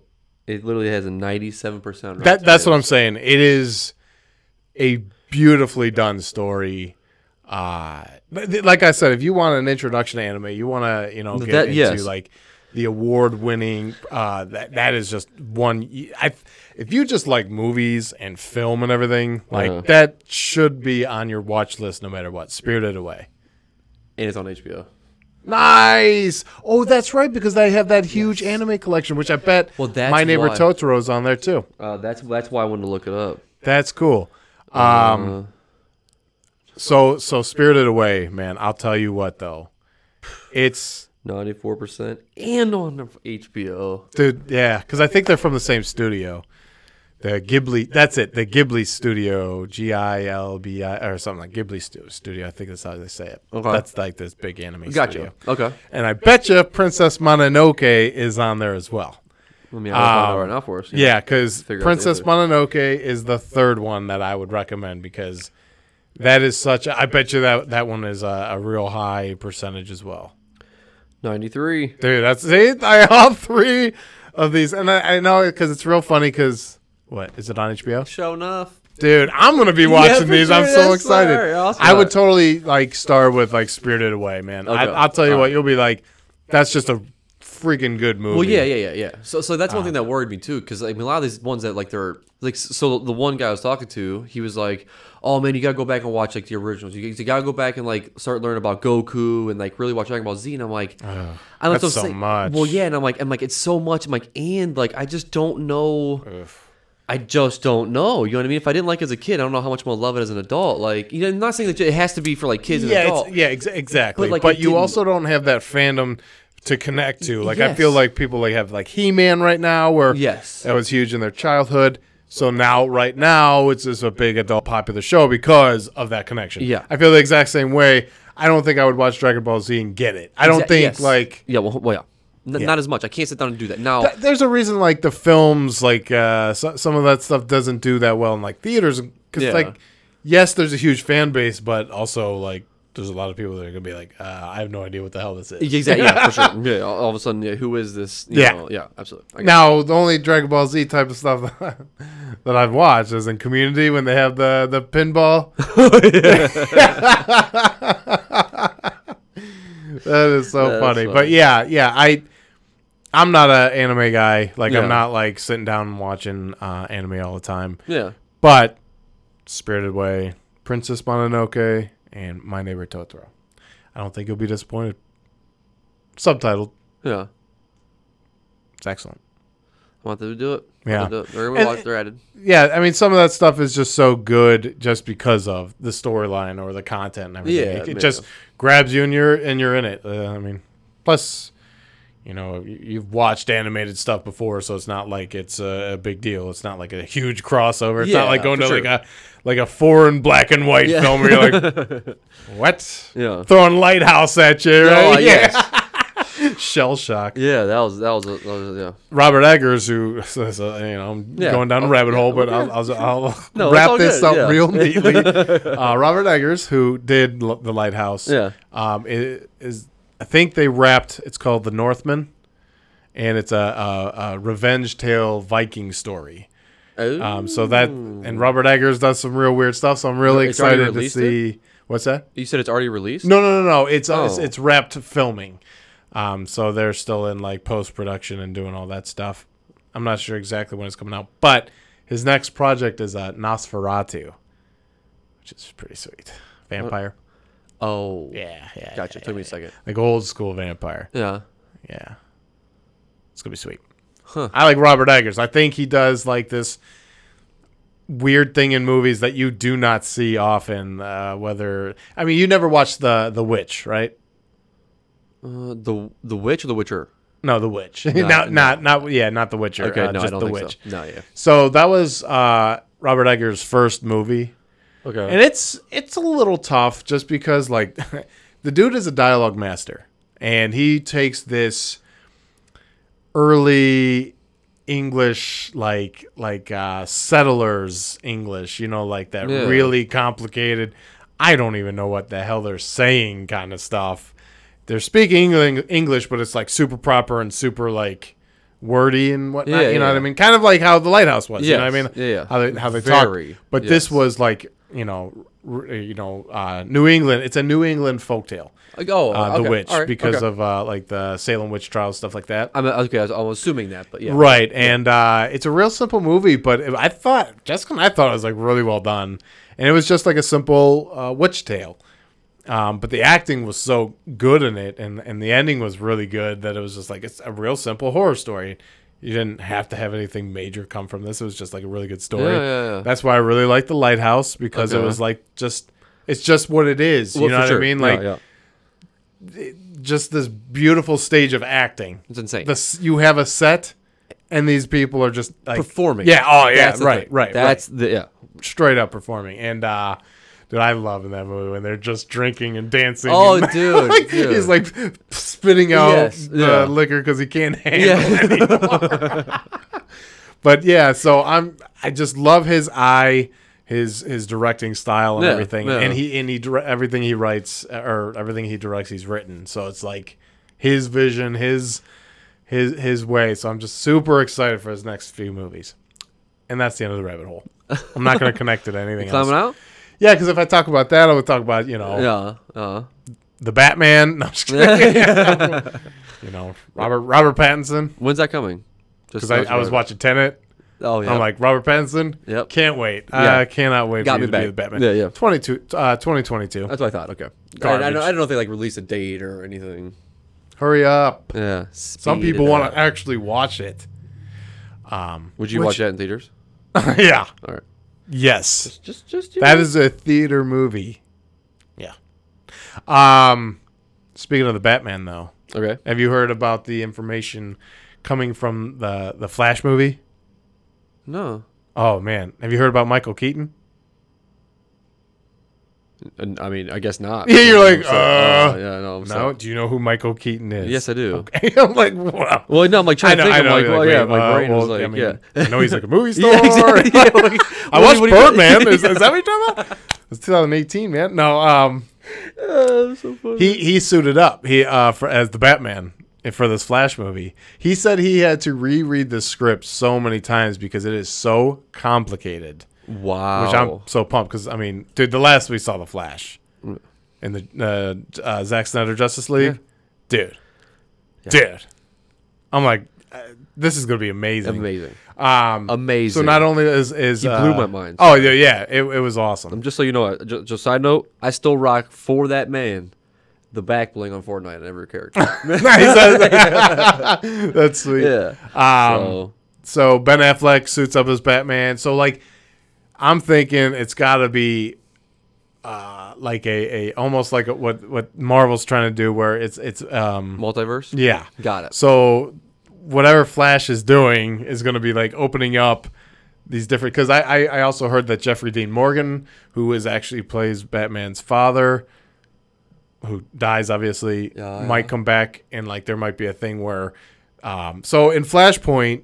[SPEAKER 2] it literally has a 97 percent.
[SPEAKER 1] that that's what I'm saying. It is a beautifully done story. Uh, but th- like I said, if you want an introduction to anime, you want to you know get
[SPEAKER 2] That-
[SPEAKER 1] into
[SPEAKER 2] yes.
[SPEAKER 1] like the award winning. Uh, that that is just one. I if you just like movies and film and everything like
[SPEAKER 2] Uh-huh.
[SPEAKER 1] that should be on your watch list no matter what. Spirited Away.
[SPEAKER 2] and it's on HBO.
[SPEAKER 1] Nice. Oh, that's right because they have that huge anime collection, which I bet
[SPEAKER 2] Well, that's
[SPEAKER 1] my neighbor
[SPEAKER 2] why.
[SPEAKER 1] Totoro's on there too.
[SPEAKER 2] Uh, that's that's why I wanted to look it up.
[SPEAKER 1] That's cool. Um,
[SPEAKER 2] Uh,
[SPEAKER 1] So so Spirited Away, man. I'll tell you what though, it's
[SPEAKER 2] Ninety-four percent, and on the HBO.
[SPEAKER 1] dude, yeah, because I think they're from the same studio, the Ghibli. That's it, the Ghibli Studio, G I L B I or something like Ghibli stu- Studio. I think that's how they say it.
[SPEAKER 2] Okay.
[SPEAKER 1] That's like this big anime.
[SPEAKER 2] Gotcha.
[SPEAKER 1] studio.
[SPEAKER 2] Okay.
[SPEAKER 1] And I bet you Princess Mononoke is on there as well.
[SPEAKER 2] Let me I'll find out right now for us.
[SPEAKER 1] Um, Yeah, because
[SPEAKER 2] Figure out the
[SPEAKER 1] Princess
[SPEAKER 2] other.
[SPEAKER 1] Mononoke is the third one that I would recommend because that is such. A, I bet you that that one is a, a real high percentage as well.
[SPEAKER 2] Ninety-three.
[SPEAKER 1] Dude, that's see, I have three of these, and I, I know because it's real funny. Because what is it on HBO?
[SPEAKER 2] Show enough.
[SPEAKER 1] Dude, I'm gonna be
[SPEAKER 2] Yeah,
[SPEAKER 1] watching
[SPEAKER 2] for
[SPEAKER 1] these. I'm
[SPEAKER 2] sure,
[SPEAKER 1] so
[SPEAKER 2] that's
[SPEAKER 1] excited.
[SPEAKER 2] alright, awesome.
[SPEAKER 1] I would totally like start with like Spirited Away, man. I,
[SPEAKER 2] Okay,
[SPEAKER 1] I'll tell you what,
[SPEAKER 2] alright.
[SPEAKER 1] you'll be like, that's just a freaking good movie.
[SPEAKER 2] Well, yeah, yeah, yeah, Uh. yeah. So, so that's one thing that worried me too, because I mean, a lot of these ones that like they're like. So the one guy I was talking to, he was like, "Oh man, you gotta go back and watch like the originals. You, you gotta go back and like start learning about Goku and like really watch Dragon Ball Z." And I'm like, "I
[SPEAKER 1] that's
[SPEAKER 2] what I'm
[SPEAKER 1] so
[SPEAKER 2] saying.
[SPEAKER 1] much.
[SPEAKER 2] Well, yeah, and I'm like, I'm like, it's so much. I'm like, and like, I just don't know. I just don't know. You know what I mean? If I didn't like it as a kid, I don't know how much I'm gonna love it as an adult. Like, you know, I'm not saying that it has to be for like kids and
[SPEAKER 1] yeah,
[SPEAKER 2] adults.
[SPEAKER 1] it's, yeah, ex- exactly.
[SPEAKER 2] But,
[SPEAKER 1] But,
[SPEAKER 2] like, it
[SPEAKER 1] you
[SPEAKER 2] didn't-
[SPEAKER 1] also don't have that fandom to connect to. Like I
[SPEAKER 2] Yes.
[SPEAKER 1] feel like people like have like He Man right now, where
[SPEAKER 2] Yes.
[SPEAKER 1] that was huge in their childhood. So now, right now, it's just a big adult popular show because of that connection.
[SPEAKER 2] Yeah.
[SPEAKER 1] I feel the exact same way. I don't think I would watch Dragon Ball Z and get it. I don't
[SPEAKER 2] Exa-
[SPEAKER 1] think
[SPEAKER 2] yes.
[SPEAKER 1] like
[SPEAKER 2] yeah, well, well yeah. N-
[SPEAKER 1] Yeah.
[SPEAKER 2] not as much. I can't sit down and do that now.
[SPEAKER 1] th- there's a reason like the films like uh, so, some of that stuff doesn't do that well in like theaters because
[SPEAKER 2] Yeah.
[SPEAKER 1] like yes, there's a huge fan base, but also like there's a lot of people that are gonna be like, uh, I have no idea what the hell this is.
[SPEAKER 2] Exactly. e, Yeah, for sure. Yeah. All, all of a sudden, yeah, who is this? You
[SPEAKER 1] Yeah.
[SPEAKER 2] know, yeah. Absolutely. I got
[SPEAKER 1] Now, the only Dragon Ball Z type of stuff that I've watched is in Community when they have the the pinball. that is so
[SPEAKER 2] That's
[SPEAKER 1] funny. But
[SPEAKER 2] funny.
[SPEAKER 1] yeah, yeah, I I'm not an anime guy. Like
[SPEAKER 2] Yeah.
[SPEAKER 1] I'm not like sitting down and watching uh, anime all the time.
[SPEAKER 2] you. yeah.
[SPEAKER 1] But Spirited Away, Princess Mononoke, and My Neighbor Totoro. I don't think you'll be disappointed. Subtitled.
[SPEAKER 2] Yeah.
[SPEAKER 1] It's excellent.
[SPEAKER 2] I want them to do it. I
[SPEAKER 1] Yeah.
[SPEAKER 2] want them to do it. They're
[SPEAKER 1] And-
[SPEAKER 2] gonna watch. They're added.
[SPEAKER 1] Yeah, I mean, some of that stuff is just so good just because of the storyline or the content and everything.
[SPEAKER 2] Yeah,
[SPEAKER 1] it, it
[SPEAKER 2] yeah.
[SPEAKER 1] just grabs you and you're and you're in it. Uh, I mean, plus, you know, you- you've watched animated stuff before, so it's not like it's a, a big deal. It's not like a huge crossover. It's
[SPEAKER 2] Yeah,
[SPEAKER 1] not like going to
[SPEAKER 2] for
[SPEAKER 1] like
[SPEAKER 2] sure.
[SPEAKER 1] a like a foreign black and white
[SPEAKER 2] Yeah.
[SPEAKER 1] film where you're like, what?
[SPEAKER 2] Yeah.
[SPEAKER 1] Throwing lighthouse at you,
[SPEAKER 2] Oh,
[SPEAKER 1] right?
[SPEAKER 2] yes.
[SPEAKER 1] Shell shock.
[SPEAKER 2] Yeah, that was that was, a, that was a- yeah.
[SPEAKER 1] Robert Eggers, who says, uh, you know, I'm
[SPEAKER 2] Yeah.
[SPEAKER 1] going down a
[SPEAKER 2] Oh,
[SPEAKER 1] rabbit
[SPEAKER 2] yeah.
[SPEAKER 1] hole, but
[SPEAKER 2] Oh,
[SPEAKER 1] I'll, I'll, I'll
[SPEAKER 2] No, it's
[SPEAKER 1] wrap
[SPEAKER 2] all
[SPEAKER 1] this
[SPEAKER 2] good.
[SPEAKER 1] up
[SPEAKER 2] Yeah.
[SPEAKER 1] real neatly. uh, Robert Eggers, who did L- The Lighthouse,
[SPEAKER 2] Yeah.
[SPEAKER 1] um, i- is, I think they wrapped, it's called The Northman, and it's a, a, a revenge tale Viking story.
[SPEAKER 2] Oh,
[SPEAKER 1] Um, so that, and Robert Eggers does some real weird stuff, so I'm really
[SPEAKER 2] It's already
[SPEAKER 1] excited to
[SPEAKER 2] released
[SPEAKER 1] see. What's that?
[SPEAKER 2] you said it's already released.
[SPEAKER 1] No, no, no, no. It's uh, it's,
[SPEAKER 2] Oh.
[SPEAKER 1] it's wrapped filming, um, so they're still in like post production and doing all that stuff. I'm not sure exactly when it's coming out, but his next project is uh, Nosferatu, which is pretty sweet. Vampire.
[SPEAKER 2] Oh,
[SPEAKER 1] Yeah, yeah.
[SPEAKER 2] Gotcha.
[SPEAKER 1] yeah,
[SPEAKER 2] Took me a second.
[SPEAKER 1] yeah. Like old school vampire.
[SPEAKER 2] Yeah.
[SPEAKER 1] Yeah, it's gonna be sweet.
[SPEAKER 2] Huh.
[SPEAKER 1] I like Robert Eggers. I think he does like this weird thing in movies that you do not see often. Uh, whether I mean, you never watched the The Witch, right?
[SPEAKER 2] Uh, the the witch or the Witcher?
[SPEAKER 1] No, The Witch.
[SPEAKER 2] No,
[SPEAKER 1] not,
[SPEAKER 2] no.
[SPEAKER 1] not, not, yeah, not The Witcher.
[SPEAKER 2] Okay,
[SPEAKER 1] uh,
[SPEAKER 2] no,
[SPEAKER 1] just
[SPEAKER 2] I don't
[SPEAKER 1] The
[SPEAKER 2] think
[SPEAKER 1] Witch.
[SPEAKER 2] so. No, yeah.
[SPEAKER 1] So that was uh, Robert Eggers' first movie,
[SPEAKER 2] Okay.
[SPEAKER 1] and it's it's a little tough just because like the dude is a dialogue master, and he takes this early English like like uh, settlers English, you know, like that
[SPEAKER 2] Yeah.
[SPEAKER 1] really complicated. I don't even know what the hell they're saying kind of stuff. They're speaking Engli- English, but it's like super proper and super like wordy and whatnot.
[SPEAKER 2] Yeah,
[SPEAKER 1] you know
[SPEAKER 2] yeah.
[SPEAKER 1] what I mean? Kind of like how the lighthouse was. You know what I
[SPEAKER 2] Yes.
[SPEAKER 1] mean?
[SPEAKER 2] Yeah, yeah.
[SPEAKER 1] How they how they
[SPEAKER 2] Very,
[SPEAKER 1] talk. But this
[SPEAKER 2] yes.
[SPEAKER 1] was like you know r- you know uh, New England. It's a New England folktale.
[SPEAKER 2] Like, oh,
[SPEAKER 1] Uh,
[SPEAKER 2] okay.
[SPEAKER 1] The witch
[SPEAKER 2] All right.
[SPEAKER 1] because
[SPEAKER 2] okay.
[SPEAKER 1] of uh, like the Salem witch trials stuff like that.
[SPEAKER 2] I'm okay. I was, I was assuming that, but yeah.
[SPEAKER 1] Right, and uh, it's a real simple movie, but it- I thought Jessica and I thought it was like really well done, and it was just like a simple uh, witch tale. Um, but the acting was so good in it, and and the ending was really good that it was just like it's a real simple horror story. You didn't have to have anything major come from this. It was just like a really good story.
[SPEAKER 2] Yeah, yeah, yeah.
[SPEAKER 1] That's why I really liked the Lighthouse because it
[SPEAKER 2] Okay.
[SPEAKER 1] was like just it's just what it is.
[SPEAKER 2] Well,
[SPEAKER 1] you know
[SPEAKER 2] for
[SPEAKER 1] what
[SPEAKER 2] sure.
[SPEAKER 1] I mean?
[SPEAKER 2] Yeah,
[SPEAKER 1] Like
[SPEAKER 2] yeah.
[SPEAKER 1] just this beautiful stage of acting
[SPEAKER 2] it's insane.
[SPEAKER 1] the s- you have a set and these people are just like
[SPEAKER 2] Performing.
[SPEAKER 1] Yeah, oh yeah,
[SPEAKER 2] That's the
[SPEAKER 1] right,
[SPEAKER 2] thing.
[SPEAKER 1] right.
[SPEAKER 2] That's the yeah.
[SPEAKER 1] right. straight up performing. And uh dude, I love in that movie when they're just drinking and dancing.
[SPEAKER 2] Oh,
[SPEAKER 1] and-
[SPEAKER 2] dude,
[SPEAKER 1] like,
[SPEAKER 2] dude.
[SPEAKER 1] He's like spitting out
[SPEAKER 2] Yes,
[SPEAKER 1] the
[SPEAKER 2] yeah.
[SPEAKER 1] liquor cuz he can't handle
[SPEAKER 2] Yeah.
[SPEAKER 1] it anymore. but yeah, so I'm I just love his eye his his directing style and
[SPEAKER 2] Yeah,
[SPEAKER 1] everything.
[SPEAKER 2] yeah.
[SPEAKER 1] And he and he dir- everything he writes uh, or everything he directs he's written. So it's like his vision, his his his way. So I'm just super excited for his next few movies. And that's the end of the rabbit hole. I'm not going to connect it to anything else.
[SPEAKER 2] Climbing out.
[SPEAKER 1] Yeah, because if I talk about that, I would talk about you know
[SPEAKER 2] Yeah. Uh,
[SPEAKER 1] the Batman. No, I'm just kidding. you know Robert Robert Pattinson
[SPEAKER 2] when's that coming? Just
[SPEAKER 1] because I, I was watching Tenet.
[SPEAKER 2] Oh yeah.
[SPEAKER 1] I'm like Robert Pattinson.
[SPEAKER 2] Yep.
[SPEAKER 1] Can't wait.
[SPEAKER 2] Yeah.
[SPEAKER 1] I cannot wait
[SPEAKER 2] Got
[SPEAKER 1] for you
[SPEAKER 2] me
[SPEAKER 1] to
[SPEAKER 2] back.
[SPEAKER 1] be the Batman.
[SPEAKER 2] Yeah, yeah.
[SPEAKER 1] 22, uh, 2022.
[SPEAKER 2] That's what I thought. Okay. I, I,
[SPEAKER 1] Garbage.
[SPEAKER 2] don't, I don't know if they like released a date or anything.
[SPEAKER 1] Hurry up.
[SPEAKER 2] Yeah.
[SPEAKER 1] Some people
[SPEAKER 2] uh,
[SPEAKER 1] want to actually watch it. Um,
[SPEAKER 2] Would you
[SPEAKER 1] which-
[SPEAKER 2] watch that in theaters?
[SPEAKER 1] yeah.
[SPEAKER 2] All right.
[SPEAKER 1] Yes.
[SPEAKER 2] Just, just you
[SPEAKER 1] That
[SPEAKER 2] know.
[SPEAKER 1] is a theater movie. Yeah. Um, speaking of the Batman, though,
[SPEAKER 2] okay.
[SPEAKER 1] have you heard about the information coming from the the Flash movie?
[SPEAKER 2] No,
[SPEAKER 1] Oh man, have you heard about Michael Keaton?
[SPEAKER 2] And, I mean, I guess not.
[SPEAKER 1] Yeah, you're like,
[SPEAKER 2] I'm
[SPEAKER 1] uh,
[SPEAKER 2] yeah, no, I'm
[SPEAKER 1] No.
[SPEAKER 2] sorry.
[SPEAKER 1] Do you know who Michael Keaton is?
[SPEAKER 2] Yes, I do.
[SPEAKER 1] Okay. I'm like, wow.
[SPEAKER 2] Well, no, I'm like
[SPEAKER 1] I
[SPEAKER 2] trying
[SPEAKER 1] know.
[SPEAKER 2] to think.
[SPEAKER 1] I
[SPEAKER 2] I'm
[SPEAKER 1] know.
[SPEAKER 2] like,
[SPEAKER 1] You're
[SPEAKER 2] well,
[SPEAKER 1] wait,
[SPEAKER 2] yeah, my
[SPEAKER 1] uh,
[SPEAKER 2] brain
[SPEAKER 1] well,
[SPEAKER 2] was like,
[SPEAKER 1] I mean,
[SPEAKER 2] yeah.
[SPEAKER 1] I know he's like a movie star.
[SPEAKER 2] Yeah, exactly. Yeah, like,
[SPEAKER 1] I
[SPEAKER 2] what
[SPEAKER 1] watched
[SPEAKER 2] do you- what do you-
[SPEAKER 1] Birdman. Is, is that what you're talking about? It's 2018, man. No. Um.
[SPEAKER 2] so funny.
[SPEAKER 1] He he suited up. He uh for, as the Batman for this Flash movie. He said he had to reread the script so many times because it is so complicated.
[SPEAKER 2] Wow.
[SPEAKER 1] Which
[SPEAKER 2] Oh.
[SPEAKER 1] I'm so pumped because I mean, dude, the last we saw the Flash in the uh, uh, Zack Snyder Justice League, dude, dude, I'm like, uh, this is gonna be amazing.
[SPEAKER 2] amazing.
[SPEAKER 1] Um,
[SPEAKER 2] Amazing.
[SPEAKER 1] So not only is is
[SPEAKER 2] He blew my mind.
[SPEAKER 1] Oh yeah, yeah, it, it was awesome.
[SPEAKER 2] Um, Just so you know, uh, just, just side note, I still rock for that man the back bling on Fortnite in every character.
[SPEAKER 1] He says that. That's sweet.
[SPEAKER 2] yeah.
[SPEAKER 1] Um,
[SPEAKER 2] so,
[SPEAKER 1] so Ben Affleck suits up as Batman. So like, I'm thinking it's got to be uh, like a, a almost like a, what what Marvel's trying to do, where it's it's um
[SPEAKER 2] multiverse?
[SPEAKER 1] yeah.
[SPEAKER 2] Got it.
[SPEAKER 1] So whatever Flash is doing is going to be like opening up these different. Because I, I I also heard that Jeffrey Dean Morgan, who is actually plays Batman's father, who dies obviously,
[SPEAKER 2] Yeah,
[SPEAKER 1] might
[SPEAKER 2] yeah.
[SPEAKER 1] come back and like there might be a thing where, um, so in Flashpoint.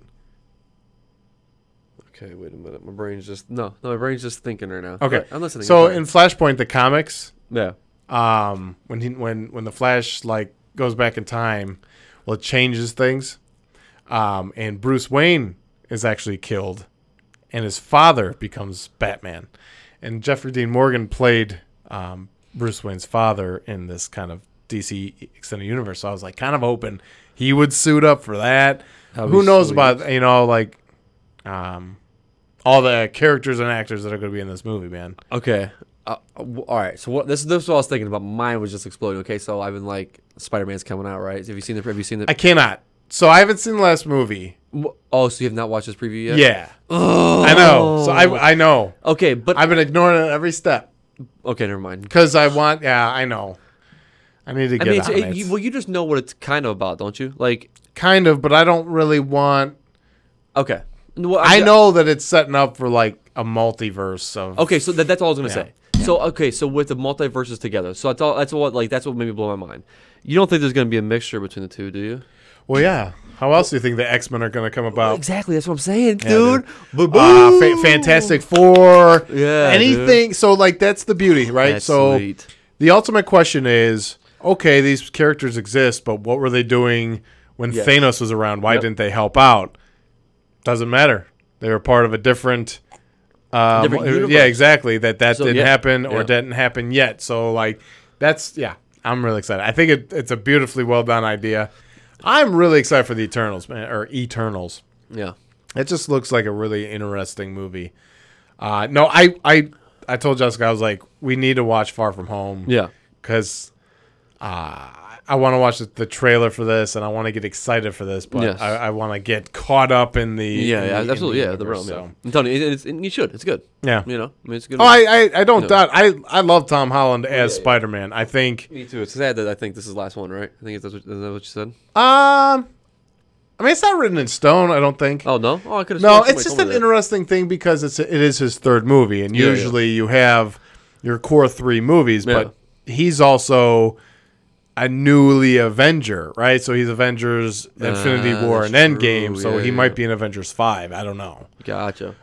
[SPEAKER 2] Okay, wait a minute. My brain's just no, no, my brain's just thinking right now.
[SPEAKER 1] Okay,
[SPEAKER 2] But I'm listening.
[SPEAKER 1] So
[SPEAKER 2] I'm
[SPEAKER 1] in Flashpoint, the comics,
[SPEAKER 2] fine. yeah,
[SPEAKER 1] um, when he when when the Flash like goes back in time, well, it changes things, um, and Bruce Wayne is actually killed, and his father becomes Batman, and Jeffrey Dean Morgan played um, Bruce Wayne's father in this kind of DC extended universe. So I was like, kind of hoping he would suit up for that.
[SPEAKER 2] That'd
[SPEAKER 1] Who
[SPEAKER 2] be
[SPEAKER 1] knows
[SPEAKER 2] sweet.
[SPEAKER 1] about you know like, um, all the characters and actors that are going to be in this movie, man.
[SPEAKER 2] okay. Uh, w- all right, so what this, this is what I was thinking about. Mine was just exploding. Okay, so I've been like, Spider Man's coming out, right? Have you seen the? Have you seen the?
[SPEAKER 1] I cannot. So I haven't seen the last movie.
[SPEAKER 2] w- oh, so you have not watched this preview yet?
[SPEAKER 1] Yeah. I know. So I I know.
[SPEAKER 2] Uh, Okay, but
[SPEAKER 1] I've been ignoring it every step
[SPEAKER 2] okay, never mind.
[SPEAKER 1] because I want. Yeah, I know. I need to
[SPEAKER 2] I
[SPEAKER 1] get
[SPEAKER 2] mean, it's,
[SPEAKER 1] on
[SPEAKER 2] it,
[SPEAKER 1] it.
[SPEAKER 2] you, well, you just know what it's kind of about, don't you? Like,
[SPEAKER 1] kind of, but I don't really want.
[SPEAKER 2] okay, No, well,
[SPEAKER 1] I
[SPEAKER 2] ju-
[SPEAKER 1] know that it's setting up for like a multiverse of.
[SPEAKER 2] uh, Okay, so that, that's all I was gonna
[SPEAKER 1] Yeah.
[SPEAKER 2] say. So okay, so with the multiverses together, so that's all. That's what like that's what made me blow my mind. You don't think there's gonna be a mixture between the two, do you?
[SPEAKER 1] Well, yeah. How else do you think the X Men are going to come about?
[SPEAKER 2] Exactly, that's what I'm saying,
[SPEAKER 1] dude.
[SPEAKER 2] dude. Boo-boo.
[SPEAKER 1] Uh, fa- Fantastic Four.
[SPEAKER 2] Yeah,
[SPEAKER 1] Anything. So like that's the beauty, right?
[SPEAKER 2] That's
[SPEAKER 1] so
[SPEAKER 2] sweet.
[SPEAKER 1] the ultimate question is: Okay, these characters exist, but what were they doing when
[SPEAKER 2] Yes.
[SPEAKER 1] Thanos was around? Why
[SPEAKER 2] Yep.
[SPEAKER 1] didn't they help out? Doesn't matter. They were part of a different. Um,
[SPEAKER 2] Different universe.
[SPEAKER 1] yeah, exactly. That that
[SPEAKER 2] So,
[SPEAKER 1] didn't
[SPEAKER 2] yeah,
[SPEAKER 1] happen or
[SPEAKER 2] yeah.
[SPEAKER 1] didn't happen yet. So like, that's yeah. I'm really excited. I think it, it's a beautifully well done idea. I'm really excited for the Eternals, man, or Eternals.
[SPEAKER 2] Yeah.
[SPEAKER 1] It just looks like a really interesting movie. Uh, no, I, I, I told Jessica I was like, we need to watch Far From Home.
[SPEAKER 2] Yeah.
[SPEAKER 1] because uh, I want to watch the, the trailer for this and I want to get excited for this, but
[SPEAKER 2] Yes.
[SPEAKER 1] I, I want to get caught up in the
[SPEAKER 2] Yeah,
[SPEAKER 1] in the-
[SPEAKER 2] yeah,
[SPEAKER 1] in the
[SPEAKER 2] absolutely. Yeah, the realm.
[SPEAKER 1] universe, so.
[SPEAKER 2] Yeah. I'm telling you, it- it's, and you should. It's good.
[SPEAKER 1] Yeah.
[SPEAKER 2] You know, I mean, it's a good.
[SPEAKER 1] Oh,
[SPEAKER 2] movie.
[SPEAKER 1] I, I, I don't doubt. I, I love Tom Holland as Spider Man. I think.
[SPEAKER 2] Me too. It's sad that I think this is the last one, right? I think that's what, is that what you said.
[SPEAKER 1] Um, I mean, it's not written in stone. I don't think.
[SPEAKER 2] Oh no. Oh, I could have.
[SPEAKER 1] No, it's just an interesting thing because it's it is his third movie, and
[SPEAKER 2] Yeah, yeah.
[SPEAKER 1] usually you have your core three movies, but he's also a newly Avenger, right? So he's Avengers, Infinity
[SPEAKER 2] Ah,
[SPEAKER 1] War, and
[SPEAKER 2] that's
[SPEAKER 1] Endgame.
[SPEAKER 2] true.
[SPEAKER 1] So
[SPEAKER 2] Yeah,
[SPEAKER 1] he
[SPEAKER 2] yeah.
[SPEAKER 1] might be in Avengers five. I don't know.
[SPEAKER 2] Gotcha.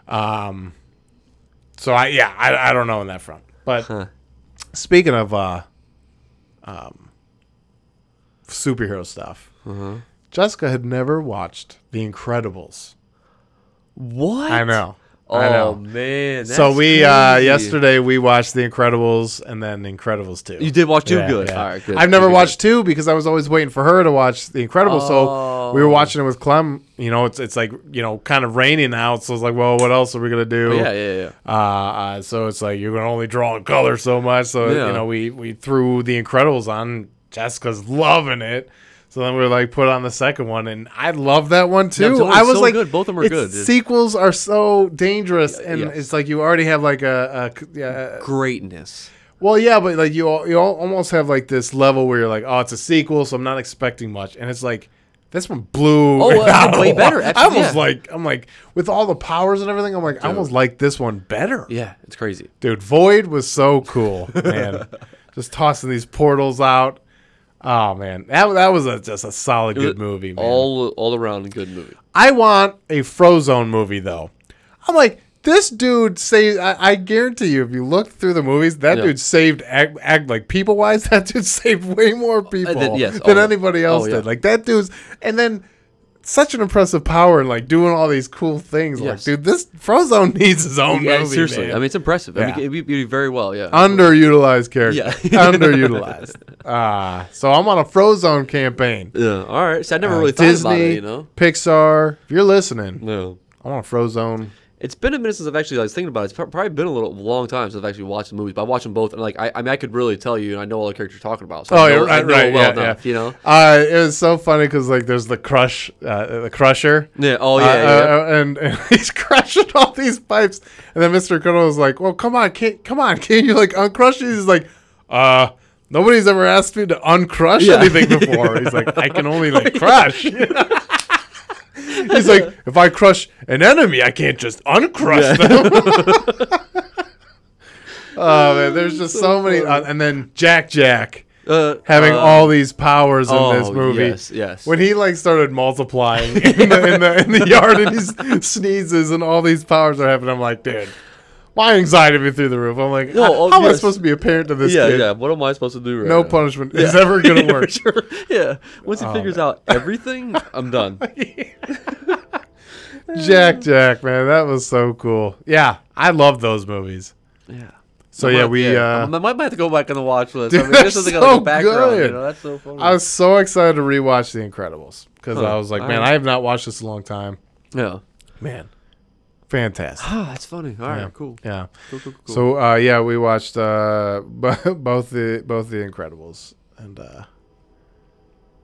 [SPEAKER 1] So I yeah, I, I don't know on that front. But
[SPEAKER 2] Huh.
[SPEAKER 1] speaking of uh, um, superhero stuff,
[SPEAKER 2] Uh-huh.
[SPEAKER 1] Jessica had never watched The Incredibles.
[SPEAKER 2] What?
[SPEAKER 1] I know.
[SPEAKER 2] Oh
[SPEAKER 1] I know.
[SPEAKER 2] man. That's
[SPEAKER 1] so we uh
[SPEAKER 2] crazy.
[SPEAKER 1] yesterday we watched The Incredibles and then Incredibles two.
[SPEAKER 2] You did watch Too
[SPEAKER 1] Yeah,
[SPEAKER 2] Good.
[SPEAKER 1] yeah.
[SPEAKER 2] All right. Good.
[SPEAKER 1] I've never
[SPEAKER 2] Good, good,
[SPEAKER 1] watched two because I was always waiting for her to watch The Incredibles. So we were
[SPEAKER 2] Oh.
[SPEAKER 1] watching it with Clem. You know, it's it's like you know, kind of raining out. So it's like, well, what else are we gonna do?
[SPEAKER 2] good. Yeah, yeah, yeah.
[SPEAKER 1] Uh, uh, so it's like you can only draw in color so much. So
[SPEAKER 2] Yeah.
[SPEAKER 1] you know, we we threw The Incredibles on. Jessica's loving it. So then we were like put on the second one, and I love that one too.
[SPEAKER 2] it's
[SPEAKER 1] I was
[SPEAKER 2] so
[SPEAKER 1] like,
[SPEAKER 2] good. Both of 'em are
[SPEAKER 1] it's-
[SPEAKER 2] good, dude.
[SPEAKER 1] Sequels are so dangerous, and
[SPEAKER 2] yes.
[SPEAKER 1] it's like you already have like a, a yeah, uh,
[SPEAKER 2] Greatness.
[SPEAKER 1] well, yeah, but like you, all, you all almost have like this level where you're like, oh, it's a sequel, so I'm not expecting much, and it's like this one blew.
[SPEAKER 2] Oh,
[SPEAKER 1] it
[SPEAKER 2] uh, it's
[SPEAKER 1] out of
[SPEAKER 2] way
[SPEAKER 1] the
[SPEAKER 2] better,
[SPEAKER 1] water. I
[SPEAKER 2] absolutely,
[SPEAKER 1] almost
[SPEAKER 2] yeah.
[SPEAKER 1] like, I'm like, with all the powers and everything, I'm like, I almost like this one better,
[SPEAKER 2] Yeah, it's crazy.
[SPEAKER 1] dude. Void was so cool, man. Just tossing these portals out. Oh man, that that was a, just a solid
[SPEAKER 2] was
[SPEAKER 1] good movie, man.
[SPEAKER 2] All all around good movie.
[SPEAKER 1] I want a Frozone movie though. I'm like, This dude saved. I, I guarantee you, if you look through the movies, that
[SPEAKER 2] Yeah.
[SPEAKER 1] dude saved act, act like people wise. That dude saved way more people
[SPEAKER 2] yes,
[SPEAKER 1] than
[SPEAKER 2] oh, yeah.
[SPEAKER 1] anybody else
[SPEAKER 2] Oh, yeah.
[SPEAKER 1] did. Like that dude's, and then such an impressive power and like doing all these cool things. Like,
[SPEAKER 2] Yes.
[SPEAKER 1] dude, this Frozone needs his own
[SPEAKER 2] Yeah,
[SPEAKER 1] movie.
[SPEAKER 2] seriously.
[SPEAKER 1] man.
[SPEAKER 2] I mean, it's impressive. I mean,
[SPEAKER 1] Yeah. Uh,
[SPEAKER 2] it'd be, it'd be very well. Yeah.
[SPEAKER 1] underutilized character.
[SPEAKER 2] Yeah.
[SPEAKER 1] underutilized. Ah, so I'm on a Frozone campaign.
[SPEAKER 2] yeah. All right. So I never
[SPEAKER 1] Uh,
[SPEAKER 2] really thought
[SPEAKER 1] Disney,
[SPEAKER 2] about it. You know.
[SPEAKER 1] Pixar. If you're listening,
[SPEAKER 2] No.
[SPEAKER 1] I want a Frozone.
[SPEAKER 2] It's been a minute since I've actually like thinking about it. It's prob- probably been a little long time since I've actually watched the movies. But I watch them both, and like I, I mean, I could really tell you, and I know all the characters you're talking about. So
[SPEAKER 1] Oh,
[SPEAKER 2] I know,
[SPEAKER 1] yeah, right,
[SPEAKER 2] I know
[SPEAKER 1] right,
[SPEAKER 2] well
[SPEAKER 1] yeah,
[SPEAKER 2] enough,
[SPEAKER 1] yeah.
[SPEAKER 2] You know.
[SPEAKER 1] Uh, it was so funny because like there's the crush, uh, the crusher.
[SPEAKER 2] Yeah. Oh
[SPEAKER 1] Uh,
[SPEAKER 2] yeah. yeah.
[SPEAKER 1] uh, and, and he's crushing all these pipes, and then Mr. Cuddle was like, "Well, come on, can't, come on, can you like uncrush these?" He's like, "Uh, nobody's ever asked me to uncrush
[SPEAKER 2] Yeah.
[SPEAKER 1] anything before." He's like, "I can only like crush." he's like, "If I crush an enemy, I can't just uncrush them." oh man, there's just so, many, uh, and then Jack Jack
[SPEAKER 2] Uh,
[SPEAKER 1] having
[SPEAKER 2] uh,
[SPEAKER 1] all these powers in this
[SPEAKER 2] oh,
[SPEAKER 1] movie.
[SPEAKER 2] Yes. Yes.
[SPEAKER 1] When he like started multiplying in, the, in, the, in the yard and he sneezes and all these powers are happening, I'm like, dude, my anxiety be through the roof. I'm like,
[SPEAKER 2] No,
[SPEAKER 1] how,
[SPEAKER 2] oh,
[SPEAKER 1] how am I
[SPEAKER 2] yes.
[SPEAKER 1] supposed to be a parent to this
[SPEAKER 2] yeah.
[SPEAKER 1] kid?
[SPEAKER 2] Yeah. What am I supposed to do? Right
[SPEAKER 1] No
[SPEAKER 2] now?
[SPEAKER 1] punishment is ever gonna
[SPEAKER 2] Yeah,
[SPEAKER 1] work. Oh,
[SPEAKER 2] sure. Yeah. Once he figures out everything, I'm done.
[SPEAKER 1] Jack, Jack, man, that was so cool. Yeah, I love those movies.
[SPEAKER 2] Yeah.
[SPEAKER 1] So yeah, we.
[SPEAKER 2] I
[SPEAKER 1] Uh,
[SPEAKER 2] might have to go back on the watch list. I
[SPEAKER 1] Dude,
[SPEAKER 2] mean, this
[SPEAKER 1] they're
[SPEAKER 2] is like a
[SPEAKER 1] so
[SPEAKER 2] background. You
[SPEAKER 1] good.
[SPEAKER 2] know, that's so funny.
[SPEAKER 1] I was so excited to rewatch The Incredibles because
[SPEAKER 2] Huh,
[SPEAKER 1] I was like, man,
[SPEAKER 2] alright.
[SPEAKER 1] I have not watched this in a long time.
[SPEAKER 2] yeah.
[SPEAKER 1] Man, fantastic.
[SPEAKER 2] Ah, that's funny. All right.
[SPEAKER 1] Yeah.
[SPEAKER 2] Cool.
[SPEAKER 1] Yeah.
[SPEAKER 2] Cool. Cool. Cool. cool.
[SPEAKER 1] So uh, yeah, we watched uh, b- both the both the Incredibles and uh,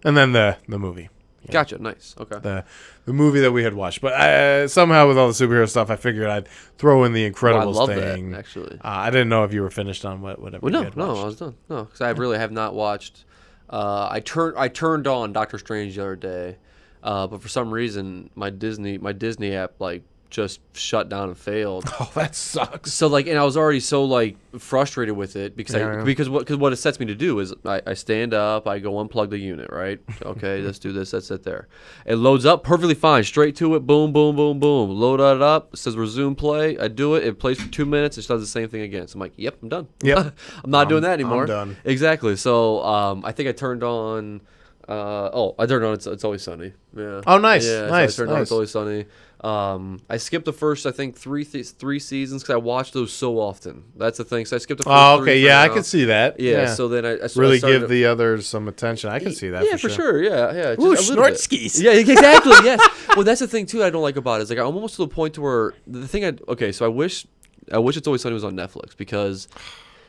[SPEAKER 1] and then the the movie
[SPEAKER 2] gotcha. Nice. Okay.
[SPEAKER 1] the the movie that we had watched. But uh, somehow with all the superhero stuff, I figured I'd throw in the
[SPEAKER 2] Well, Oh, I
[SPEAKER 1] Incredibles
[SPEAKER 2] love
[SPEAKER 1] thing.
[SPEAKER 2] that actually.
[SPEAKER 1] Uh, I didn't know if you were finished on what whatever.
[SPEAKER 2] Well,
[SPEAKER 1] you
[SPEAKER 2] no,
[SPEAKER 1] had
[SPEAKER 2] no, I
[SPEAKER 1] watched.
[SPEAKER 2] was done. No, because I really have not watched. Uh, I turned I turned on Doctor Strange the other day, uh, but for some reason my Disney my Disney app like just shut down and failed.
[SPEAKER 1] Oh, that sucks.
[SPEAKER 2] So like, and I was already so like frustrated with it because I
[SPEAKER 1] Yeah, yeah.
[SPEAKER 2] because what cause what it sets me to do is I, I stand up, I go unplug the unit, right? Okay, let's do this. That's it. There, it loads up perfectly fine, straight to it. Boom, boom, boom, boom. Load it up. It says resume play. I do it. It plays for two minutes. It does the same thing again. So I'm like, yep, I'm done.
[SPEAKER 1] Yep.
[SPEAKER 2] I'm not doing that anymore.
[SPEAKER 1] done.
[SPEAKER 2] Exactly. So um, I think I turned on. Uh, oh, I turned on. It's, it's always sunny. Yeah.
[SPEAKER 1] Oh, nice,
[SPEAKER 2] Yeah, so I
[SPEAKER 1] nice,
[SPEAKER 2] turned on It's
[SPEAKER 1] nice.
[SPEAKER 2] Always Sunny. Um, I skipped the first, I think, three th- three seasons because I watched those so often. That's the thing. So I skipped the first.
[SPEAKER 1] Oh,
[SPEAKER 2] three
[SPEAKER 1] okay.
[SPEAKER 2] for
[SPEAKER 1] Yeah, I
[SPEAKER 2] now.
[SPEAKER 1] could see that.
[SPEAKER 2] Yeah, So then I, I s- I
[SPEAKER 1] really
[SPEAKER 2] started-
[SPEAKER 1] give the others some attention. I can see that.
[SPEAKER 2] Yeah,
[SPEAKER 1] for, sure.
[SPEAKER 2] Yeah, yeah. just
[SPEAKER 1] Ooh,
[SPEAKER 2] a little bit.
[SPEAKER 1] schnortskis.
[SPEAKER 2] Yeah, e-, exactly. yes. Well, that's the thing too. I don't like about it is like I'm almost to the point to where the thing. I okay. So I wish, I wish it's always sunny was on Netflix because.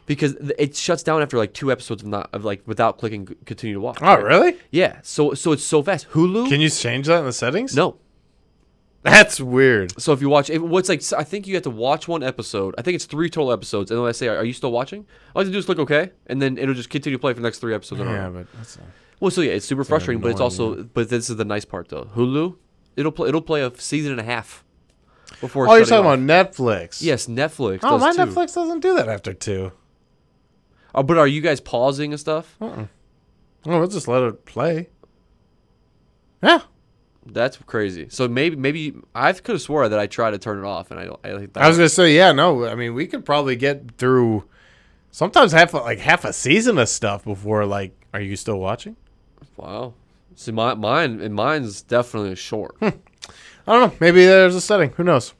[SPEAKER 2] Because th- it shuts down after like two episodes of not of like without clicking c- continue to watch.
[SPEAKER 1] Oh,
[SPEAKER 2] right?
[SPEAKER 1] really?
[SPEAKER 2] Yeah. So so it's so fast. Hulu.
[SPEAKER 1] Can you change that in the settings?
[SPEAKER 2] no,
[SPEAKER 1] That's weird.
[SPEAKER 2] So if you watch, it, what's like, I think you have to watch one episode. I think it's three total episodes, and then I say, "Are you still watching?" All I have to do is click OK, and then it'll just continue to play for the next three episodes. in a row.
[SPEAKER 1] Yeah, but that's not-
[SPEAKER 2] Well, so yeah, it's super frustrating, but it's
[SPEAKER 1] annoying,
[SPEAKER 2] also, but this is the nice part though. Hulu, it'll play, it'll play a season and a half before.
[SPEAKER 1] oh, you're
[SPEAKER 2] shutting
[SPEAKER 1] talking
[SPEAKER 2] off.
[SPEAKER 1] about Netflix.
[SPEAKER 2] Yes, Netflix.
[SPEAKER 1] Oh,
[SPEAKER 2] does
[SPEAKER 1] my
[SPEAKER 2] too.
[SPEAKER 1] Netflix doesn't do that after two.
[SPEAKER 2] Uh, but are you guys pausing and stuff?
[SPEAKER 1] Oh, we'll just let it play. Yeah.
[SPEAKER 2] That's crazy. So maybe, maybe I could have swore that I tried to turn it off, and I don't. I, think that
[SPEAKER 1] I was gonna say, yeah, no, I mean we could probably get through sometimes half a- like half a season of stuff before like are you still watching?
[SPEAKER 2] wow. See, my mine and mine's definitely
[SPEAKER 1] Hmm.
[SPEAKER 2] short.
[SPEAKER 1] I don't know. Maybe there's a setting. Who knows?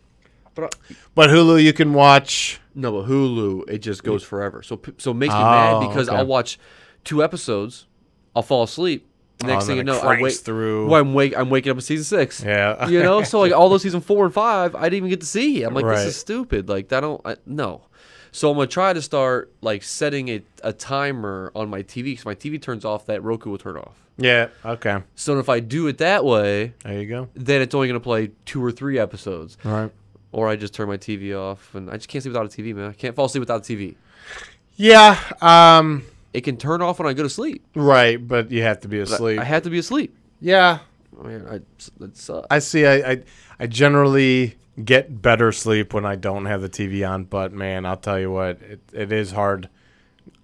[SPEAKER 2] But
[SPEAKER 1] But Hulu you can watch
[SPEAKER 2] No, but Hulu, it just goes forever. So p- so it makes me
[SPEAKER 1] Oh,
[SPEAKER 2] mad because
[SPEAKER 1] okay.
[SPEAKER 2] I'll watch two episodes, I'll fall asleep.
[SPEAKER 1] Oh,
[SPEAKER 2] Next
[SPEAKER 1] and
[SPEAKER 2] thing
[SPEAKER 1] then
[SPEAKER 2] you
[SPEAKER 1] it
[SPEAKER 2] know, I
[SPEAKER 1] cranks
[SPEAKER 2] wake
[SPEAKER 1] through.
[SPEAKER 2] Well, I'm wake I'm waking up in season six.
[SPEAKER 1] Yeah.
[SPEAKER 2] you know, so like all those season four and five, I didn't even get to see. I'm like,
[SPEAKER 1] Right.
[SPEAKER 2] this is stupid. Like that don't I, no. So I'm gonna try to start like setting a, a timer on my TV because my TV turns off, that Roku will turn off.
[SPEAKER 1] Yeah. Okay.
[SPEAKER 2] So if I do it that way,
[SPEAKER 1] There you go.
[SPEAKER 2] then it's only gonna play two or three episodes
[SPEAKER 1] All right.
[SPEAKER 2] or I just turn my TV off, and I just can't sleep without a TV, man. I can't fall asleep without a TV.
[SPEAKER 1] Yeah. Um
[SPEAKER 2] It can turn off when I go to sleep.
[SPEAKER 1] right, but you have to be
[SPEAKER 2] But
[SPEAKER 1] asleep.
[SPEAKER 2] I have to be asleep.
[SPEAKER 1] yeah.
[SPEAKER 2] I mean, I, that sucks.
[SPEAKER 1] I see I, I I generally get better sleep when I don't have the TV on, but man, I'll tell you what, it, it is hard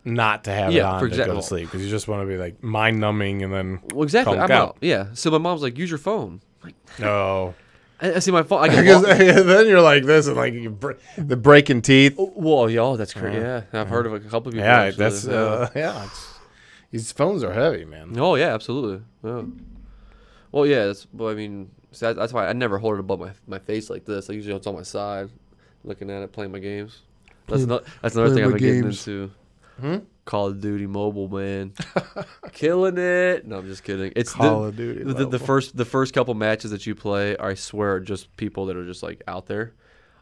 [SPEAKER 1] not to have it
[SPEAKER 2] Yeah,
[SPEAKER 1] on
[SPEAKER 2] for
[SPEAKER 1] to go
[SPEAKER 2] example.
[SPEAKER 1] to sleep because you just want to be like mind numbing and then
[SPEAKER 2] well, exactly.
[SPEAKER 1] Conk
[SPEAKER 2] I'm
[SPEAKER 1] out.
[SPEAKER 2] out. Yeah. So my mom's like, use your phone. I'm like,
[SPEAKER 1] No.
[SPEAKER 2] I, I see my phone. I can
[SPEAKER 1] Because
[SPEAKER 2] walk-
[SPEAKER 1] then you're like this, and like you br- the breaking teeth.
[SPEAKER 2] Whoa, y'all, that's crazy. Yeah, I've heard of a couple of people.
[SPEAKER 1] Uh-huh. yeah,
[SPEAKER 2] actually,
[SPEAKER 1] that's
[SPEAKER 2] Oh, yeah.
[SPEAKER 1] uh, yeah. It's, these phones are heavy, man.
[SPEAKER 2] Oh yeah, absolutely. Yeah. Well, yeah. That's. Well, I mean, so that, that's why I never hold it above my my face like this. I usually it's on my side, looking at it, playing my games. That's not. That's another thing
[SPEAKER 1] playing
[SPEAKER 2] I've
[SPEAKER 1] my
[SPEAKER 2] been getting
[SPEAKER 1] games.
[SPEAKER 2] into. Call of Duty Mobile, man, killing it. No, I'm just kidding. It's
[SPEAKER 1] Call
[SPEAKER 2] the,
[SPEAKER 1] of Duty
[SPEAKER 2] The, the,
[SPEAKER 1] Mobile.
[SPEAKER 2] the first the first couple matches that you play, I swear, are just people that are just like out there.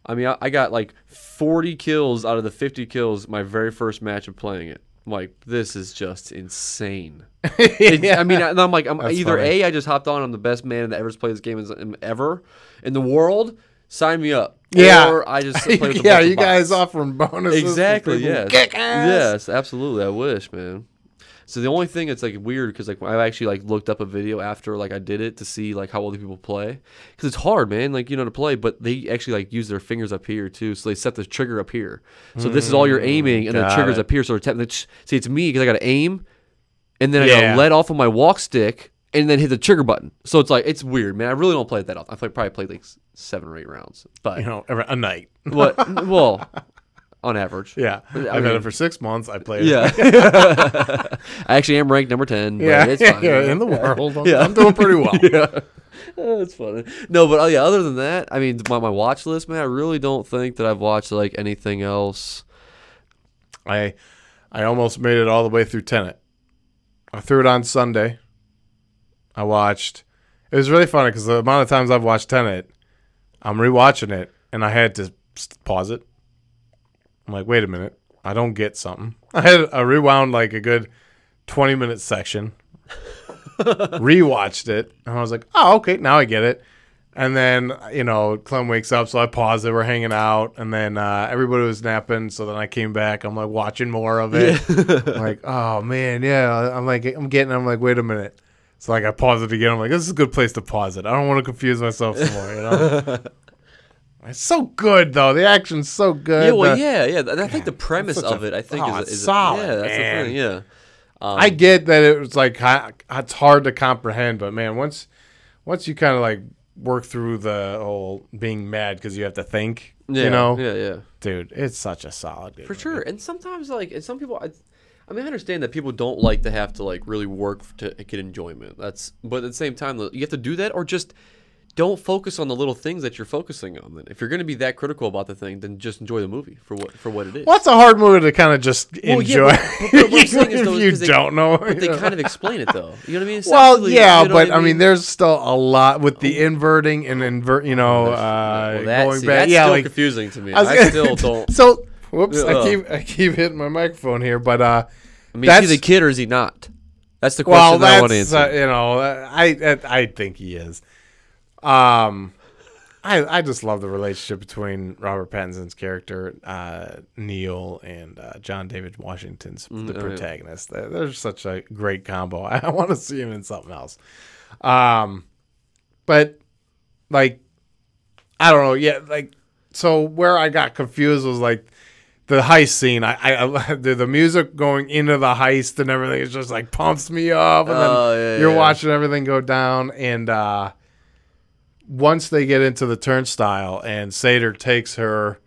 [SPEAKER 2] I mean, I, I got like 40 kills out of the 50 kills my very first match of playing it. I'm like, this is just insane. It- I mean, I- and I'm like, I'm
[SPEAKER 1] That's
[SPEAKER 2] either
[SPEAKER 1] funny.
[SPEAKER 2] a I just hopped on, I'm the best man that ever's played this game in- ever in the world. Sign me up.
[SPEAKER 1] Yeah.
[SPEAKER 2] Or I just play with a
[SPEAKER 1] yeah,
[SPEAKER 2] bunch of
[SPEAKER 1] you guys
[SPEAKER 2] bots.
[SPEAKER 1] offering bonuses. for
[SPEAKER 2] Exactly.
[SPEAKER 1] people who
[SPEAKER 2] Yes.
[SPEAKER 1] Kick ass.
[SPEAKER 2] Yes. Absolutely. I wish, man. So the only thing that's like weird because like I actually like looked up a video after like I did it to see like how other people play because it's hard, man. Like you know to play, but they actually like use their fingers up here too. So they set the trigger up here. So this is all you're aiming, and the
[SPEAKER 1] Mm, got
[SPEAKER 2] triggers
[SPEAKER 1] it.
[SPEAKER 2] up here. So they're tapping the ch- see, it's me because I got to aim, and then I got
[SPEAKER 1] Yeah.
[SPEAKER 2] to let off of my walk stick and then hit the trigger button. So it's like it's weird, man. I really don't play it that often. I play, probably played like s- seven or eight rounds, but
[SPEAKER 1] You know, every, a night.
[SPEAKER 2] what? Well, on average,
[SPEAKER 1] Yeah, I've had
[SPEAKER 2] mean-
[SPEAKER 1] it for six months. I played.
[SPEAKER 2] yeah. I actually am ranked number 10. But
[SPEAKER 1] yeah,
[SPEAKER 2] It's fine.
[SPEAKER 1] yeah, in the world. I'm,
[SPEAKER 2] Yeah.
[SPEAKER 1] I'm doing pretty well.
[SPEAKER 2] yeah. Oh, That's funny. No, but oh, yeah, other than that, I mean, my, my watch list, man, I really don't think that I've watched like anything else.
[SPEAKER 1] I I almost made it all the way through Tenet. I threw it on Sunday. I watched. It was really funny because the amount of times I've watched Tenet, I'm rewatching it, and I had to s- pause it. I'm like, wait a minute, I don't get something. I had I rewound like a good 20 minute section, rewatched it, and I was like, oh okay, now I get it. And then you know, Clem wakes up, so I paused it. We're hanging out, and then uh, everybody was napping. So then I came back. I'm like watching more of it. I'm like, oh man, yeah. I'm like, I'm getting. I'm like, wait a minute. So like, I pause it again. I'm like, this is a good place to pause it. I don't want to confuse myself some more. You know, it's so good though. The action's so good.
[SPEAKER 2] yeah, well,
[SPEAKER 1] The-
[SPEAKER 2] yeah, yeah. And I think the premise
[SPEAKER 1] such a-
[SPEAKER 2] of it, I think,
[SPEAKER 1] oh,
[SPEAKER 2] is,
[SPEAKER 1] it's
[SPEAKER 2] is
[SPEAKER 1] solid,
[SPEAKER 2] yeah, that's
[SPEAKER 1] man.
[SPEAKER 2] the thing. Yeah. Um,
[SPEAKER 1] I get that it was like hi- it's hard to comprehend, but man, once once you kind of like work through the whole being mad because you have to think,
[SPEAKER 2] yeah.
[SPEAKER 1] you know,
[SPEAKER 2] Yeah, yeah.
[SPEAKER 1] dude, it's such a solid game.
[SPEAKER 2] For sure. And sometimes, like, and some people, I, I mean, I understand that people don't like to have to, like, really work to get enjoyment. That's, but at the same time, though, you have to do that or just don't focus on the little things that you're focusing on. Then, if you're going to be that critical about the thing, then just enjoy the movie for what, for what it is.
[SPEAKER 1] Well, it's a hard movie to kind of just
[SPEAKER 2] Well,
[SPEAKER 1] enjoy
[SPEAKER 2] yeah, but- but what I'm saying is,
[SPEAKER 1] if
[SPEAKER 2] though, is
[SPEAKER 1] you
[SPEAKER 2] 'cause they-
[SPEAKER 1] don't know. you
[SPEAKER 2] But they
[SPEAKER 1] know?
[SPEAKER 2] kind of explain it, though. You know what I mean?
[SPEAKER 1] well,
[SPEAKER 2] Essentially,
[SPEAKER 1] yeah,
[SPEAKER 2] you know
[SPEAKER 1] but
[SPEAKER 2] what Oh.
[SPEAKER 1] I mean? there's still a lot with the inverting and invert. You know, uh,
[SPEAKER 2] Well, that-
[SPEAKER 1] going
[SPEAKER 2] see,
[SPEAKER 1] back.
[SPEAKER 2] That's
[SPEAKER 1] Yeah,
[SPEAKER 2] still
[SPEAKER 1] like
[SPEAKER 2] confusing to me.
[SPEAKER 1] I was
[SPEAKER 2] I,
[SPEAKER 1] gonna-
[SPEAKER 2] still don't.
[SPEAKER 1] So, whoops, I
[SPEAKER 2] Ugh.
[SPEAKER 1] keep I keep hitting my microphone here, but uh,
[SPEAKER 2] I mean,
[SPEAKER 1] that's
[SPEAKER 2] is he the kid or is he not? That's the question
[SPEAKER 1] well,
[SPEAKER 2] that I want to
[SPEAKER 1] that's
[SPEAKER 2] answer.
[SPEAKER 1] uh, you know, I, I I think he is. Um, I I just love the relationship between Robert Pattinson's character uh, Neil and uh, John David Washington's
[SPEAKER 2] Mm, oh,
[SPEAKER 1] the protagonist. They're, they're such a great combo. I want to see him in something else. Um, but like, I don't know. Yeah, like so where I got confused was like the heist scene. I, I, I the, the music going into the heist and everything is just like pumps me up, and
[SPEAKER 2] Oh,
[SPEAKER 1] then
[SPEAKER 2] yeah,
[SPEAKER 1] you're
[SPEAKER 2] yeah.
[SPEAKER 1] watching everything go down. And uh, once they get into the turnstile, and Seder takes her.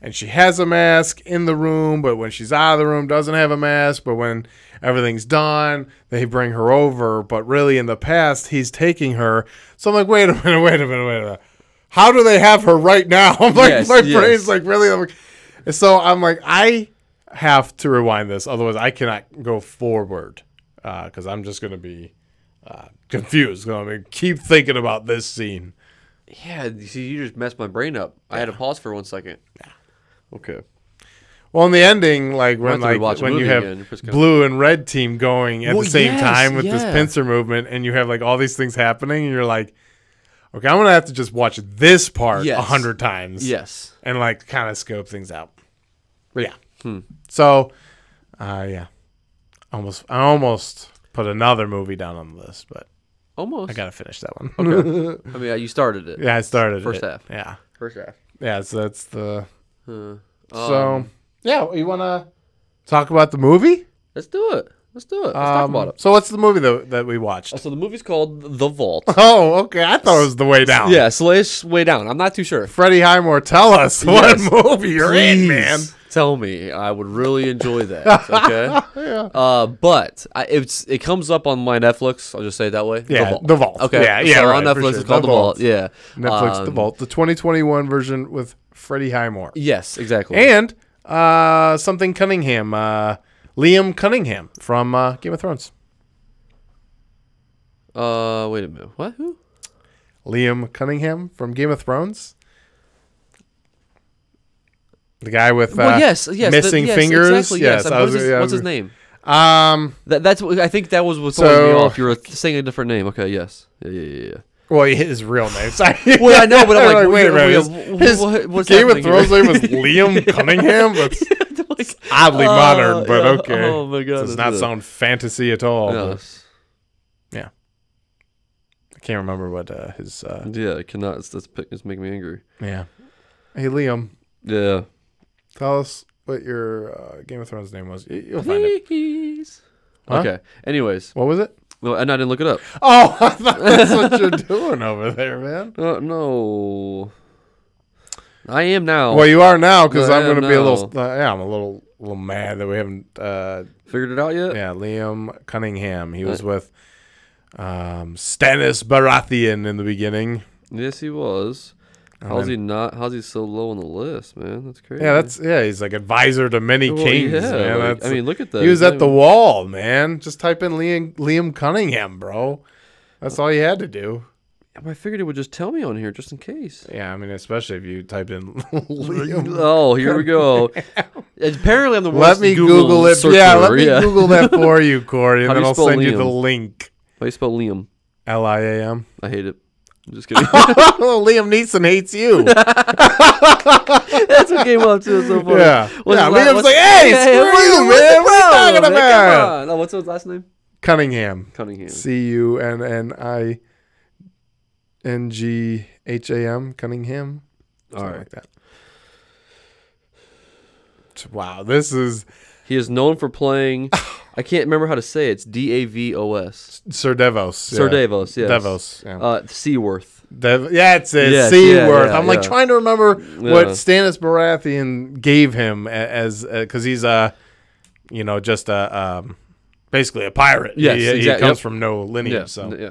[SPEAKER 1] And she has a mask in the room, but when she's out of the room, doesn't have a mask. But when everything's done, they bring her over. But really, in the past, he's taking her. So I'm like, wait a minute, wait a minute, wait a minute. How do they have her right now? I'm like,
[SPEAKER 2] Yes,
[SPEAKER 1] my
[SPEAKER 2] yes.
[SPEAKER 1] brain's like, really? I'm like, and so I'm like, I have to rewind this, otherwise I cannot go forward because I'm just gonna be uh, confused. I'm gonna keep thinking about this scene. uh,
[SPEAKER 2] yeah, you see, you just messed my brain up. I had to pause for one second. Yeah. Okay.
[SPEAKER 1] Well, in the ending, like when
[SPEAKER 2] have to
[SPEAKER 1] like
[SPEAKER 2] rewatch the
[SPEAKER 1] when you
[SPEAKER 2] movie
[SPEAKER 1] have
[SPEAKER 2] again, if it's gonna-
[SPEAKER 1] blue and red team going at
[SPEAKER 2] Well,
[SPEAKER 1] the same
[SPEAKER 2] yes,
[SPEAKER 1] time with this
[SPEAKER 2] yeah.
[SPEAKER 1] pincer movement, and you have like all these things happening, and you're like, okay, I'm gonna have to just watch this part a
[SPEAKER 2] Yes.
[SPEAKER 1] hundred times,
[SPEAKER 2] Yes.
[SPEAKER 1] and like kind of scope things out. But yeah,
[SPEAKER 2] Hmm.
[SPEAKER 1] so uh, yeah, almost I almost put another movie down on the list, but
[SPEAKER 2] Almost.
[SPEAKER 1] I gotta finish that one.
[SPEAKER 2] I mean, you started it.
[SPEAKER 1] yeah, I started
[SPEAKER 2] First
[SPEAKER 1] it.
[SPEAKER 2] half.
[SPEAKER 1] Yeah,
[SPEAKER 2] First half.
[SPEAKER 1] yeah. So that's the
[SPEAKER 2] Huh. Um,
[SPEAKER 1] so yeah. You wanna talk about the movie?
[SPEAKER 2] Let's do it. Let's do it. Let's talk
[SPEAKER 1] Um,
[SPEAKER 2] about it. Uh,
[SPEAKER 1] So what's the movie that, that we watched?
[SPEAKER 2] So the movie's called The Vault.
[SPEAKER 1] Oh, okay. I thought it was The Way Down.
[SPEAKER 2] yeah, slash way down. I'm not too sure.
[SPEAKER 1] Freddie Highmore, tell us
[SPEAKER 2] Yes.
[SPEAKER 1] what movie you're in, man.
[SPEAKER 2] Please Tell me, I would really enjoy that. Okay. Uh, but I, it's it comes up on my Netflix. I'll just say it that way.
[SPEAKER 1] Yeah, The Vault.
[SPEAKER 2] Okay.
[SPEAKER 1] Yeah, yeah,
[SPEAKER 2] So
[SPEAKER 1] right,
[SPEAKER 2] on
[SPEAKER 1] for
[SPEAKER 2] Netflix,
[SPEAKER 1] sure.
[SPEAKER 2] it's called
[SPEAKER 1] The
[SPEAKER 2] The Vault. Yeah.
[SPEAKER 1] Netflix The
[SPEAKER 2] Um,
[SPEAKER 1] Vault, the 2021 version with Freddie Highmore
[SPEAKER 2] Yes, exactly.
[SPEAKER 1] and uh, something Cunningham, uh, Liam Cunningham from uh, Game of Thrones.
[SPEAKER 2] uh, wait a minute. What? Who?
[SPEAKER 1] Liam Cunningham from Game of Thrones. The guy with uh,
[SPEAKER 2] well, yes, yes. the-
[SPEAKER 1] missing
[SPEAKER 2] yes,
[SPEAKER 1] fingers.
[SPEAKER 2] Exactly. Yes.
[SPEAKER 1] I
[SPEAKER 2] What's,
[SPEAKER 1] was-
[SPEAKER 2] his,
[SPEAKER 1] yeah, I
[SPEAKER 2] what's his
[SPEAKER 1] was-
[SPEAKER 2] name?
[SPEAKER 1] Um,
[SPEAKER 2] That, that's. what- I think that was what throwing me
[SPEAKER 1] So-
[SPEAKER 2] off. You were saying a different name. Okay. Yes. Yeah. Yeah. Yeah. yeah.
[SPEAKER 1] Well, his real name. Sorry.
[SPEAKER 2] Well, I know, but I'm like,
[SPEAKER 1] wait a
[SPEAKER 2] wait,
[SPEAKER 1] minute.
[SPEAKER 2] wait,
[SPEAKER 1] His,
[SPEAKER 2] what-
[SPEAKER 1] his
[SPEAKER 2] what's
[SPEAKER 1] Game of
[SPEAKER 2] happening
[SPEAKER 1] Thrones
[SPEAKER 2] here?
[SPEAKER 1] name was Liam Cunningham. That's
[SPEAKER 2] Like,
[SPEAKER 1] oddly
[SPEAKER 2] uh,
[SPEAKER 1] modern, but
[SPEAKER 2] yeah.
[SPEAKER 1] okay.
[SPEAKER 2] Oh my god.
[SPEAKER 1] Does not
[SPEAKER 2] that's it.
[SPEAKER 1] sound fantasy at all. but
[SPEAKER 2] Yes.
[SPEAKER 1] I can't remember what uh, his. Uh,
[SPEAKER 2] Yeah, I cannot. It's, that's pic- it's making me angry.
[SPEAKER 1] yeah. Hey Liam,
[SPEAKER 2] Yeah.
[SPEAKER 1] tell us what your uh, Game of Thrones name was. Y- You'll find it.
[SPEAKER 2] Please.
[SPEAKER 1] Huh?
[SPEAKER 2] Okay. Anyways,
[SPEAKER 1] What was it?
[SPEAKER 2] no, and I didn't look it up.
[SPEAKER 1] Oh, I thought that's what you're doing over there, man.
[SPEAKER 2] Uh, no. I am now.
[SPEAKER 1] Well, you are now because
[SPEAKER 2] Oh. No,
[SPEAKER 1] I'm
[SPEAKER 2] I
[SPEAKER 1] going to be a little.
[SPEAKER 2] know.
[SPEAKER 1] Uh, yeah, I'm a little, little mad that we haven't. Uh,
[SPEAKER 2] Figured it out yet?
[SPEAKER 1] yeah, Liam Cunningham. He
[SPEAKER 2] Uh,
[SPEAKER 1] was with um, Stannis Baratheon in the beginning.
[SPEAKER 2] Yes, he was.
[SPEAKER 1] And
[SPEAKER 2] how's
[SPEAKER 1] then-
[SPEAKER 2] he not? How's he so low on the list, man? That's crazy.
[SPEAKER 1] Yeah, that's yeah. He's like advisor to many
[SPEAKER 2] Well,
[SPEAKER 1] kings,
[SPEAKER 2] yeah,
[SPEAKER 1] man.
[SPEAKER 2] like,
[SPEAKER 1] that's,
[SPEAKER 2] I mean, look at that.
[SPEAKER 1] he was
[SPEAKER 2] He's
[SPEAKER 1] at the
[SPEAKER 2] not
[SPEAKER 1] wall, man. Just type in Liam, Liam Cunningham, bro. That's all you had to do.
[SPEAKER 2] even- I figured it would just tell me on here just in case.
[SPEAKER 1] Yeah, I mean, especially if you typed in Liam.
[SPEAKER 2] Oh, here we go. Apparently, I'm the worst.
[SPEAKER 1] Let me
[SPEAKER 2] Google,
[SPEAKER 1] Google, it.
[SPEAKER 2] searcher.
[SPEAKER 1] Yeah, let me
[SPEAKER 2] yeah.
[SPEAKER 1] Google that for you, Corey, and
[SPEAKER 2] How do
[SPEAKER 1] then
[SPEAKER 2] you
[SPEAKER 1] I'll
[SPEAKER 2] spell
[SPEAKER 1] send you the
[SPEAKER 2] Liam?
[SPEAKER 1] link.
[SPEAKER 2] How do you spell Liam?
[SPEAKER 1] L I A M.
[SPEAKER 2] I hate it. I'm just kidding.
[SPEAKER 1] Oh, Liam Neeson hates you.
[SPEAKER 2] That's what came up too. It's so funny.
[SPEAKER 1] yeah.
[SPEAKER 2] What's
[SPEAKER 1] yeah.
[SPEAKER 2] his la-
[SPEAKER 1] Liam's
[SPEAKER 2] what's-
[SPEAKER 1] like, hey,
[SPEAKER 2] Yeah,
[SPEAKER 1] screw
[SPEAKER 2] what-
[SPEAKER 1] you, man.
[SPEAKER 2] what's the
[SPEAKER 1] What are you
[SPEAKER 2] problem,
[SPEAKER 1] talking
[SPEAKER 2] man? Come
[SPEAKER 1] about?
[SPEAKER 2] on. Oh, what's his last name?
[SPEAKER 1] Cunningham.
[SPEAKER 2] Cunningham.
[SPEAKER 1] C U N N I N G H A M. Cunningham.
[SPEAKER 2] All
[SPEAKER 1] Something
[SPEAKER 2] right.
[SPEAKER 1] like that. Wow, this is
[SPEAKER 2] He is known for playing. I can't remember how to say it. It's D A V O S.
[SPEAKER 1] Sir Devos. yeah.
[SPEAKER 2] Sir Davos. Yes.
[SPEAKER 1] Devos. Yeah.
[SPEAKER 2] Uh, Seaworth.
[SPEAKER 1] Dev- yeah, it's it.
[SPEAKER 2] Yes, yeah,
[SPEAKER 1] Seaworth.
[SPEAKER 2] yeah,
[SPEAKER 1] I'm like
[SPEAKER 2] yeah.
[SPEAKER 1] trying to remember what
[SPEAKER 2] Yeah.
[SPEAKER 1] Stannis Baratheon gave him a- as because he's a, you know, just a, um, basically a pirate.
[SPEAKER 2] Yes,
[SPEAKER 1] he, he
[SPEAKER 2] exact-
[SPEAKER 1] comes
[SPEAKER 2] yep.
[SPEAKER 1] from no lineage.
[SPEAKER 2] Yeah.
[SPEAKER 1] So
[SPEAKER 2] n- yeah.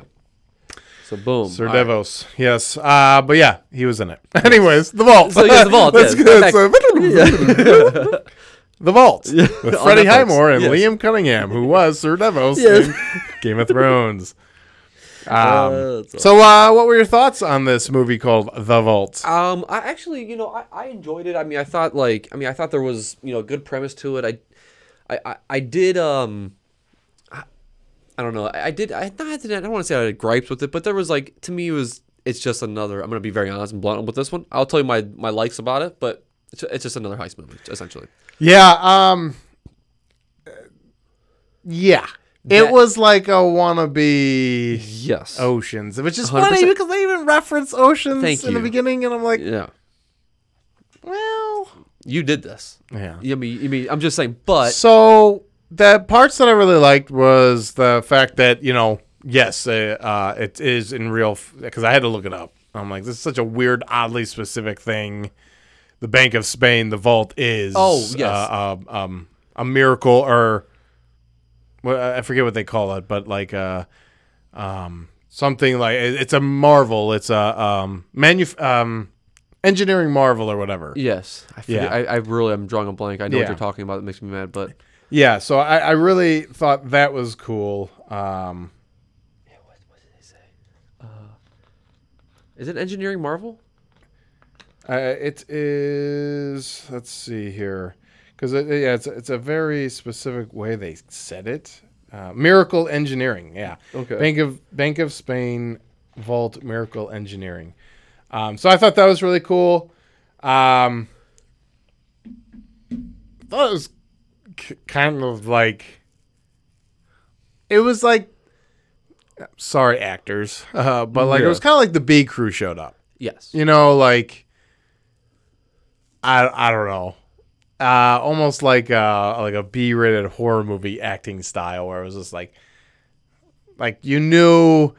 [SPEAKER 2] So boom.
[SPEAKER 1] Sir
[SPEAKER 2] All right.
[SPEAKER 1] Devos. Yes. Uh, but yeah, he was in it. Anyways, the vault.
[SPEAKER 2] So yes, the vault.
[SPEAKER 1] Let's
[SPEAKER 2] yes.
[SPEAKER 1] go.
[SPEAKER 2] Back-
[SPEAKER 1] So- the vault with
[SPEAKER 2] On
[SPEAKER 1] Freddie
[SPEAKER 2] Netflix,
[SPEAKER 1] Highmore and
[SPEAKER 2] yes.
[SPEAKER 1] Liam Cunningham, who was Sir Devos
[SPEAKER 2] Yes.
[SPEAKER 1] in Game of Thrones. Um,
[SPEAKER 2] Uh, that's
[SPEAKER 1] so, uh, what were your thoughts on this movie called The Vault?
[SPEAKER 2] Um, I actually, you know, I, I enjoyed it. I mean, I thought like, I mean, I thought there was, you know, a good premise to it. I, I, I, I did, um, I, I don't know. I, I did, I, not, I didn't- I don't want to say I had gripes with it, but there was like, to me, it was, it's just another, I'm going to be very honest and blunt with this one. I'll tell you my, my likes about it, but it's, it's just another heist movie, essentially.
[SPEAKER 1] Yeah. Um. Yeah. It
[SPEAKER 2] That-
[SPEAKER 1] was like a wannabe
[SPEAKER 2] Yes.
[SPEAKER 1] oceans, which is funny
[SPEAKER 2] 100%.
[SPEAKER 1] because they even reference oceans
[SPEAKER 2] Thank
[SPEAKER 1] in the
[SPEAKER 2] you.
[SPEAKER 1] beginning, and I'm like,
[SPEAKER 2] Yeah.
[SPEAKER 1] well,
[SPEAKER 2] You did this.
[SPEAKER 1] yeah.
[SPEAKER 2] You mean, you mean, I'm just saying, but
[SPEAKER 1] So the parts that I really liked was the fact that you know, yes, uh, uh, it is in real because I had to look it up. I'm like, this is such a weird, oddly specific thing. The Bank of Spain, the vault is
[SPEAKER 2] Oh, yes.
[SPEAKER 1] uh, uh, um, a miracle or well, I forget what they call it, but like uh, um, something like it- it's a marvel. It's a um, manuf- um, engineering marvel or whatever.
[SPEAKER 2] yes, I, figured,
[SPEAKER 1] Yeah.
[SPEAKER 2] I, I really, I'm drawing a blank. I know
[SPEAKER 1] Yeah.
[SPEAKER 2] what you're talking about. It makes me mad, but
[SPEAKER 1] Yeah, so I, I really thought that was cool. Um,
[SPEAKER 2] uh, is it engineering Marvel?
[SPEAKER 1] I, it is. Let's see here, because it, yeah, it's it's a very specific way they said it. Uh, miracle engineering, yeah.
[SPEAKER 2] Okay.
[SPEAKER 1] Bank of Bank of Spain Vault Miracle Engineering. Um, so I thought that was really cool. Um, thought it was k- kind of like it was like sorry actors, uh, but like it
[SPEAKER 2] Yeah.
[SPEAKER 1] was kind of like the B crew showed up
[SPEAKER 2] Yes.
[SPEAKER 1] you know like i i don't know uh, almost like a, like a B-rated horror movie acting style, where it was just like, like you knew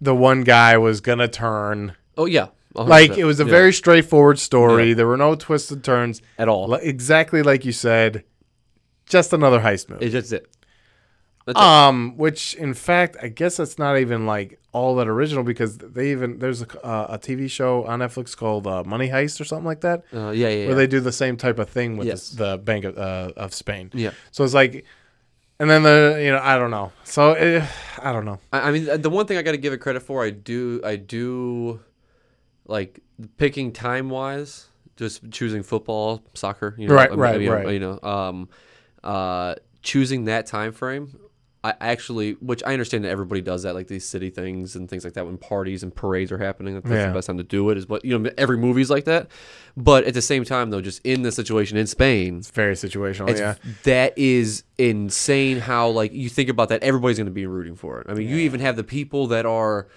[SPEAKER 1] the one guy was gonna turn.
[SPEAKER 2] Oh yeah. 100%.
[SPEAKER 1] Like it was a
[SPEAKER 2] Yeah.
[SPEAKER 1] very straightforward story. There were no twists and turns
[SPEAKER 2] at all.
[SPEAKER 1] Li- Exactly like you said, just another heist movie.
[SPEAKER 2] it's just it. That's it.
[SPEAKER 1] Um, which in fact, I guess that's not even like all that original because they even there's a, uh, a TV show on Netflix called uh, Money Heist or something like that
[SPEAKER 2] Uh, yeah, yeah, yeah.
[SPEAKER 1] where they do the same type of thing with
[SPEAKER 2] Yes.
[SPEAKER 1] the, the Bank of, uh, of Spain.
[SPEAKER 2] Yeah.
[SPEAKER 1] So it's like, and then the you know I don't know. So eh, I don't know.
[SPEAKER 2] I, I mean, the one thing I got to give it credit for, I do, I do, like picking time wise, just choosing football, soccer, you know,
[SPEAKER 1] Right,
[SPEAKER 2] I mean-
[SPEAKER 1] right,
[SPEAKER 2] I mean,
[SPEAKER 1] right.
[SPEAKER 2] you know, um, uh, choosing that time frame. I actually, which I understand that everybody does that, like these city things and things like that, when parties and parades are happening. That's
[SPEAKER 1] Yeah.
[SPEAKER 2] the best time to do it. Is what you know. Every movie's like that, but at the same time, though, just in the situation in Spain,
[SPEAKER 1] It's very situational.
[SPEAKER 2] it's-
[SPEAKER 1] Oh, yeah.
[SPEAKER 2] That is insane how like you think about that everybody's going to be rooting for it. I mean, you even have the people that are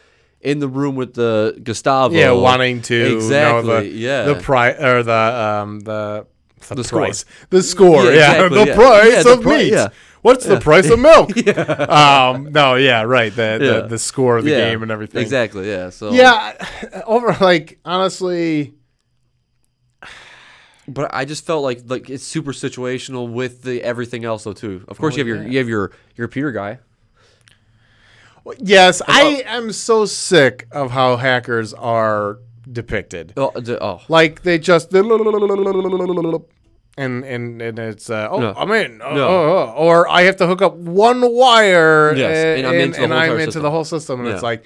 [SPEAKER 2] in the room with the Gustavo
[SPEAKER 1] Yeah, wanting to know
[SPEAKER 2] Exactly.
[SPEAKER 1] the,
[SPEAKER 2] yeah.
[SPEAKER 1] the price or the um the the,
[SPEAKER 2] The score.
[SPEAKER 1] price the score yeah,
[SPEAKER 2] Yeah, exactly,
[SPEAKER 1] the
[SPEAKER 2] yeah.
[SPEAKER 1] price
[SPEAKER 2] Yeah, the
[SPEAKER 1] of
[SPEAKER 2] pri-
[SPEAKER 1] meat
[SPEAKER 2] yeah.
[SPEAKER 1] what's the price of milk um no yeah right the,
[SPEAKER 2] Yeah.
[SPEAKER 1] the the score of the
[SPEAKER 2] Yeah,
[SPEAKER 1] game and everything
[SPEAKER 2] Exactly. Yeah. So
[SPEAKER 1] yeah over like honestly
[SPEAKER 2] But I just felt like like it's super situational with the everything else though too. Of course you have your
[SPEAKER 1] Oh, yeah.
[SPEAKER 2] you have your your Peter guy.
[SPEAKER 1] yes I am so sick of how hackers are depicted
[SPEAKER 2] Oh, the, oh.
[SPEAKER 1] like they just and and and it's uh, oh
[SPEAKER 2] No.
[SPEAKER 1] I'm in oh,
[SPEAKER 2] No.
[SPEAKER 1] oh, oh. or I have to hook up one wire
[SPEAKER 2] Yes,
[SPEAKER 1] and,
[SPEAKER 2] and I'm into the
[SPEAKER 1] and
[SPEAKER 2] whole
[SPEAKER 1] I'm
[SPEAKER 2] entire
[SPEAKER 1] into the
[SPEAKER 2] system.
[SPEAKER 1] whole system and it's
[SPEAKER 2] Yeah.
[SPEAKER 1] like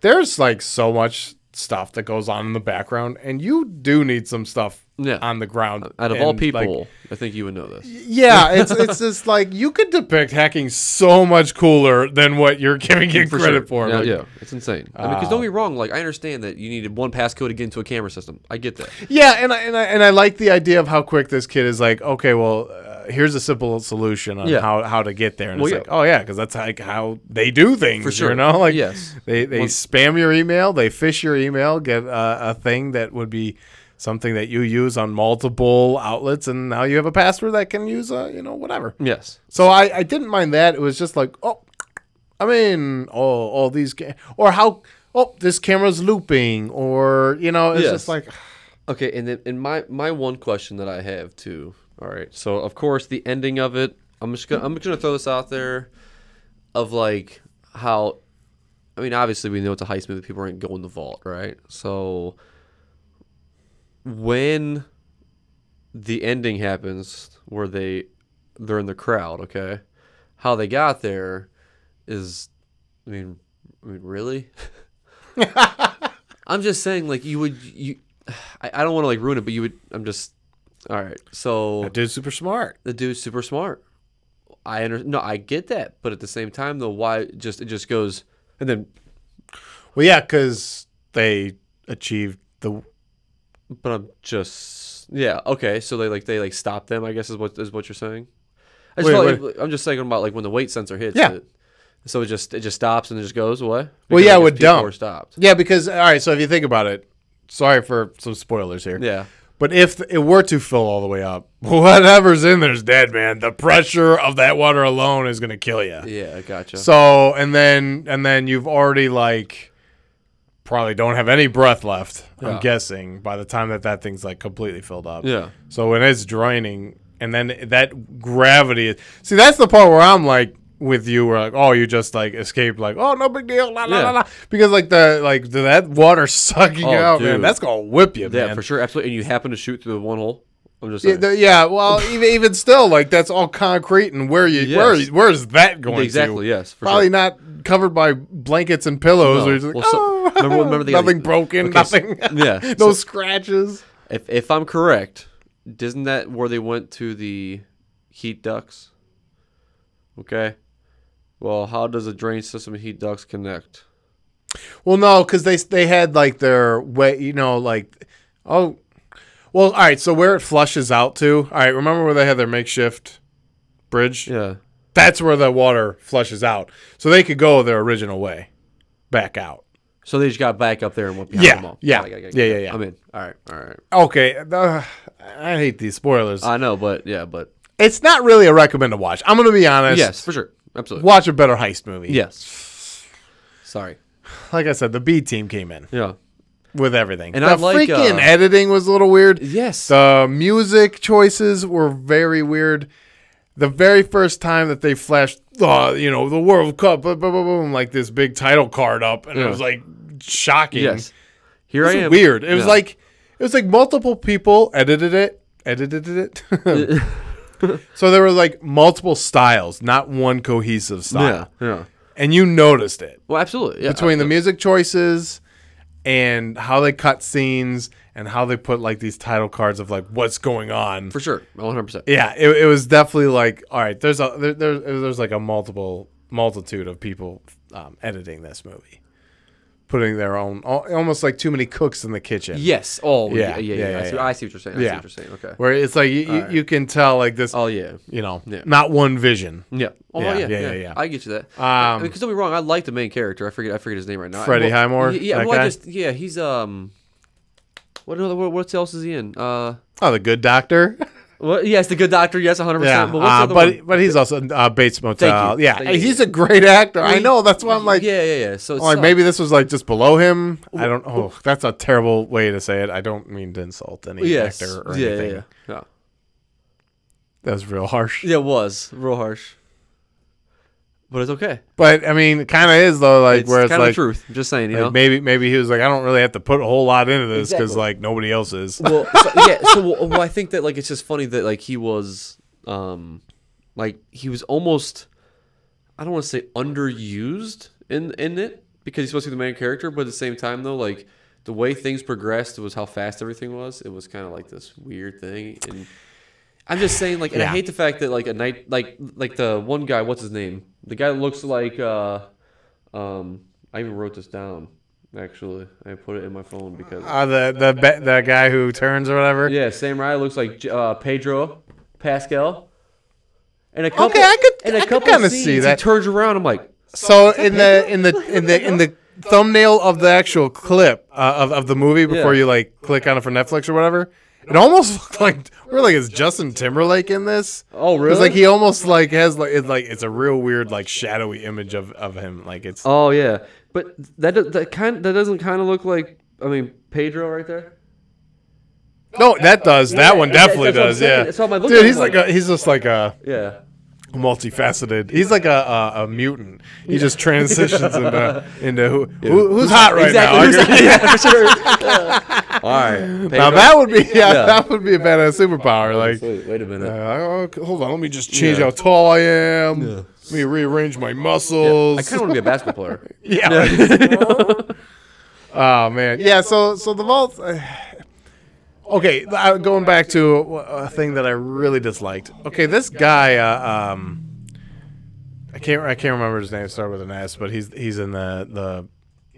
[SPEAKER 1] there's like so much stuff that goes on in the background and you do need some stuff
[SPEAKER 2] Yeah.
[SPEAKER 1] on the ground
[SPEAKER 2] Out of all
[SPEAKER 1] and, like,
[SPEAKER 2] people, I think you would know this.
[SPEAKER 1] yeah, it's it's just like you could depict hacking so much cooler than what you're giving it
[SPEAKER 2] For
[SPEAKER 1] credit
[SPEAKER 2] sure.
[SPEAKER 1] for.
[SPEAKER 2] Yeah,
[SPEAKER 1] Like, uh,
[SPEAKER 2] yeah, it's insane. I mean, because don't get me wrong, like I understand that you needed one passcode to get into a camera system. I get that.
[SPEAKER 1] Yeah, and I, and I and I like the idea of how quick this kid is like. Okay, well, uh, here's a simple solution on
[SPEAKER 2] Yeah.
[SPEAKER 1] how, how to get there. And
[SPEAKER 2] Well,
[SPEAKER 1] it's
[SPEAKER 2] yeah.
[SPEAKER 1] like, oh yeah, because that's like how they do things.
[SPEAKER 2] For sure.
[SPEAKER 1] you know, like
[SPEAKER 2] Yes.
[SPEAKER 1] they they spam your email, they fish your email, get uh, a thing that would be something that you use on multiple outlets, and now you have a password that can use uh, you know whatever.
[SPEAKER 2] Yes.
[SPEAKER 1] So I, I didn't mind that. It was just like, oh, I mean, oh, all these, ca- or how, oh, this camera's looping, or you know, it's
[SPEAKER 2] Yes.
[SPEAKER 1] just like.
[SPEAKER 2] Okay, and then and my my one question that I have too. All right, so of course the ending of it. I'm just gonna I'm just gonna throw this out there, of like how, I mean obviously we know it's a heist movie. People aren't going to vault, right? So when the ending happens, where they they're in the crowd, okay, how they got there is, I mean, I mean really. I'm just saying, like you would, you. I, I don't want to like ruin it, but you would. I'm just. All right. So
[SPEAKER 1] dude's super smart.
[SPEAKER 2] the dude's super smart. I under no, I get that, but at the same time, though, why just it just goes and then,
[SPEAKER 1] Well, yeah, because they achieved the.
[SPEAKER 2] but I'm just yeah okay. So they like they like stop them. I guess is what is what you're saying. I just
[SPEAKER 1] Wait,
[SPEAKER 2] felt like- I'm just thinking about like when the weight sensor hits.
[SPEAKER 1] Yeah.
[SPEAKER 2] It, so it just it just stops and it just goes away.
[SPEAKER 1] Well,
[SPEAKER 2] Because
[SPEAKER 1] yeah,
[SPEAKER 2] I guess
[SPEAKER 1] with
[SPEAKER 2] people
[SPEAKER 1] Dump.
[SPEAKER 2] were stopped.
[SPEAKER 1] Yeah, because all right. So if you think about it, sorry for some spoilers here.
[SPEAKER 2] Yeah.
[SPEAKER 1] But if it were to fill all the way up, whatever's in there's dead, man. The pressure of that water alone is gonna kill you.
[SPEAKER 2] Yeah. Gotcha.
[SPEAKER 1] So and then and then you've already like probably don't have any breath left. I'm
[SPEAKER 2] Yeah.
[SPEAKER 1] guessing by the time that that thing's like completely filled up.
[SPEAKER 2] yeah.
[SPEAKER 1] So when it's draining, and then that gravity. See, that's the part where I'm like with you, where like, oh, you just like escaped, like, oh, no big deal, la la la
[SPEAKER 2] Yeah.
[SPEAKER 1] la, because like the like the, that water sucking
[SPEAKER 2] Oh,
[SPEAKER 1] you out, man,
[SPEAKER 2] dude.
[SPEAKER 1] that's gonna whip you,
[SPEAKER 2] Yeah,
[SPEAKER 1] man.
[SPEAKER 2] for sure, absolutely. And you happen to shoot through the one hole. I'm just
[SPEAKER 1] Yeah,
[SPEAKER 2] saying.
[SPEAKER 1] the- yeah, well, even even still, like that's all concrete, and where you
[SPEAKER 2] Yes.
[SPEAKER 1] where where is that going? to?
[SPEAKER 2] exactly. Yes. For
[SPEAKER 1] Probably
[SPEAKER 2] sure.
[SPEAKER 1] not covered by blankets and pillows.
[SPEAKER 2] No.
[SPEAKER 1] Or just like,
[SPEAKER 2] Well, so-
[SPEAKER 1] oh,
[SPEAKER 2] remember- remember the-
[SPEAKER 1] nothing broken,
[SPEAKER 2] Okay, so-
[SPEAKER 1] nothing,
[SPEAKER 2] yeah,
[SPEAKER 1] no scratches.
[SPEAKER 2] If if I'm correct, isn't that where they went to the heat ducts? Okay. Well, how does a drain system and heat ducts connect?
[SPEAKER 1] Well, no, because they they had like their way, you know, like oh, well, all right. So where it flushes out to, all right. Remember where they had their makeshift bridge?
[SPEAKER 2] Yeah.
[SPEAKER 1] That's where the water flushes out, so they could go their original way, back out.
[SPEAKER 2] So they just got back up there and went behind
[SPEAKER 1] Yeah,
[SPEAKER 2] them all.
[SPEAKER 1] yeah.
[SPEAKER 2] Got it, got it, got it,
[SPEAKER 1] Yeah,
[SPEAKER 2] got it.
[SPEAKER 1] yeah, yeah.
[SPEAKER 2] I'm in. All right, all right.
[SPEAKER 1] Okay, uh, I hate these spoilers.
[SPEAKER 2] I know, but yeah, but
[SPEAKER 1] it's not really a recommend to watch. I'm gonna be honest.
[SPEAKER 2] yes, for sure, absolutely.
[SPEAKER 1] Watch a better heist movie.
[SPEAKER 2] Yes. Sorry.
[SPEAKER 1] Like I said, the B team came in
[SPEAKER 2] Yeah.
[SPEAKER 1] with everything.
[SPEAKER 2] And
[SPEAKER 1] the
[SPEAKER 2] I like,
[SPEAKER 1] freaking
[SPEAKER 2] uh,
[SPEAKER 1] editing was a little weird.
[SPEAKER 2] Yes.
[SPEAKER 1] The music choices were very weird. The very first time that they flashed, uh, you know, the World Cup, blah, blah, blah, boom, like this big title card up, and it
[SPEAKER 2] Yeah.
[SPEAKER 1] was like shocking.
[SPEAKER 2] yes. Here
[SPEAKER 1] It was
[SPEAKER 2] I am.
[SPEAKER 1] weird. It was
[SPEAKER 2] Yeah.
[SPEAKER 1] like it was like multiple people edited it, edited it. so there were like multiple styles, not one cohesive style,
[SPEAKER 2] Yeah. Yeah.
[SPEAKER 1] and you noticed it
[SPEAKER 2] Well, absolutely. Yeah.
[SPEAKER 1] between the music choices and how they cut scenes and how they put like these title cards of like what's going on.
[SPEAKER 2] for sure, 100. percent
[SPEAKER 1] yeah, it, it was definitely like all right. There's a there, there, there's like a multiple multitude of people um, editing this movie, putting their own al- almost like too many cooks in the kitchen.
[SPEAKER 2] Yes. Oh.
[SPEAKER 1] Yeah,
[SPEAKER 2] Yeah. Yeah. Yeah.
[SPEAKER 1] yeah,
[SPEAKER 2] I,
[SPEAKER 1] yeah,
[SPEAKER 2] see,
[SPEAKER 1] yeah.
[SPEAKER 2] I see what you're saying. I
[SPEAKER 1] Yeah.
[SPEAKER 2] see what you're saying. Okay.
[SPEAKER 1] where it's like you, you, you can tell like this
[SPEAKER 2] Oh yeah.
[SPEAKER 1] you know
[SPEAKER 2] Yeah.
[SPEAKER 1] not one vision
[SPEAKER 2] Yeah. Oh
[SPEAKER 1] Yeah,
[SPEAKER 2] yeah. Yeah.
[SPEAKER 1] yeah,
[SPEAKER 2] Yeah.
[SPEAKER 1] yeah, yeah.
[SPEAKER 2] I get you that.
[SPEAKER 1] Um,
[SPEAKER 2] Um, because don't be wrong. I like the main character. I forget. I forget his name right now.
[SPEAKER 1] Freddie Highmore,
[SPEAKER 2] y- Yeah.
[SPEAKER 1] that
[SPEAKER 2] well,
[SPEAKER 1] guy?
[SPEAKER 2] I just yeah. He's um. What another? What, what else is he in? Uh.
[SPEAKER 1] oh the good doctor
[SPEAKER 2] What? Yes, the good doctor. Yes, 100.
[SPEAKER 1] yeah
[SPEAKER 2] percent But what's the
[SPEAKER 1] uh,
[SPEAKER 2] other one?
[SPEAKER 1] but, but he's also in, uh, Bates Motel yeah
[SPEAKER 2] Thank you.
[SPEAKER 1] he's a great actor I know that's why I'm like
[SPEAKER 2] yeah, yeah, yeah. So it's uh,
[SPEAKER 1] like maybe this was like just below him I don't oh that's a terrible way to say it I don't mean to insult any
[SPEAKER 2] yes.
[SPEAKER 1] actor or
[SPEAKER 2] yeah,
[SPEAKER 1] anything
[SPEAKER 2] yeah, yeah.
[SPEAKER 1] that was real harsh
[SPEAKER 2] Yeah. Yeah, It was real harsh, but it's okay.
[SPEAKER 1] but I mean it kind of is though like
[SPEAKER 2] It's
[SPEAKER 1] where
[SPEAKER 2] kind
[SPEAKER 1] it's
[SPEAKER 2] of the
[SPEAKER 1] like,
[SPEAKER 2] truth. I'm just saying, you
[SPEAKER 1] like,
[SPEAKER 2] know.
[SPEAKER 1] maybe maybe he was like I don't really have to put a whole lot into this because
[SPEAKER 2] Exactly.
[SPEAKER 1] like nobody else is
[SPEAKER 2] well, so, yeah. So well, well, I think that like it's just funny that like he was, um, like he was almost, I don't want to say underused in in it because he's supposed to be the main character, but at the same time though, like the way things progressed was how fast everything was. It was kind of like this weird thing, and I'm just saying like, and I
[SPEAKER 1] Yeah.
[SPEAKER 2] hate the fact that like a night like like the one guy, what's his name? The guy that looks like, uh, um, I even wrote this down. Actually, I put it in my phone because
[SPEAKER 1] uh, the the be- the guy who turns or whatever
[SPEAKER 2] yeah, Sam Ryan looks like uh, Pedro Pascal. And a couple,
[SPEAKER 1] Okay, I could-
[SPEAKER 2] and a
[SPEAKER 1] I could
[SPEAKER 2] couple
[SPEAKER 1] kinda
[SPEAKER 2] scenes,
[SPEAKER 1] see
[SPEAKER 2] He
[SPEAKER 1] that.
[SPEAKER 2] turns around. I'm like,
[SPEAKER 1] So in the in the in the in the thumbnail of the actual clip uh, of of the movie before
[SPEAKER 2] Yeah.
[SPEAKER 1] you like click on it for Netflix or whatever, it almost looked like we're like is Justin Timberlake in this?
[SPEAKER 2] oh really?
[SPEAKER 1] Because like he almost like has like it's like it's a real weird like shadowy image of of him like it's
[SPEAKER 2] oh yeah, but that do- that kind that doesn't kind of look like I mean Pedro right there.
[SPEAKER 1] no that does that one definitely
[SPEAKER 2] that's what I'm
[SPEAKER 1] does
[SPEAKER 2] saying.
[SPEAKER 1] yeah
[SPEAKER 2] That's what I'm like,
[SPEAKER 1] dude
[SPEAKER 2] looking
[SPEAKER 1] he's
[SPEAKER 2] like-
[SPEAKER 1] like a, he's just like a
[SPEAKER 2] Yeah.
[SPEAKER 1] multifaceted he's like a a, a mutant he just transitions into into who, who who's hot right now
[SPEAKER 2] Exactly. yeah, for sure. Yeah. All right.
[SPEAKER 1] now
[SPEAKER 2] Pedro-
[SPEAKER 1] that would be yeah,
[SPEAKER 2] Yeah.
[SPEAKER 1] that would be a badass superpower like.
[SPEAKER 2] Wait, wait a minute.
[SPEAKER 1] Uh, okay, hold on, let me just change
[SPEAKER 2] Yeah.
[SPEAKER 1] how tall I am. Let me rearrange my muscles.
[SPEAKER 2] I kind of want to be a basketball player.
[SPEAKER 1] yeah. oh man, yeah. So so the vault. uh, Okay, I- going back to a thing that I really disliked. Okay, this guy, uh, um, I can't I can't remember his name. Start with an S, but he's he's in the the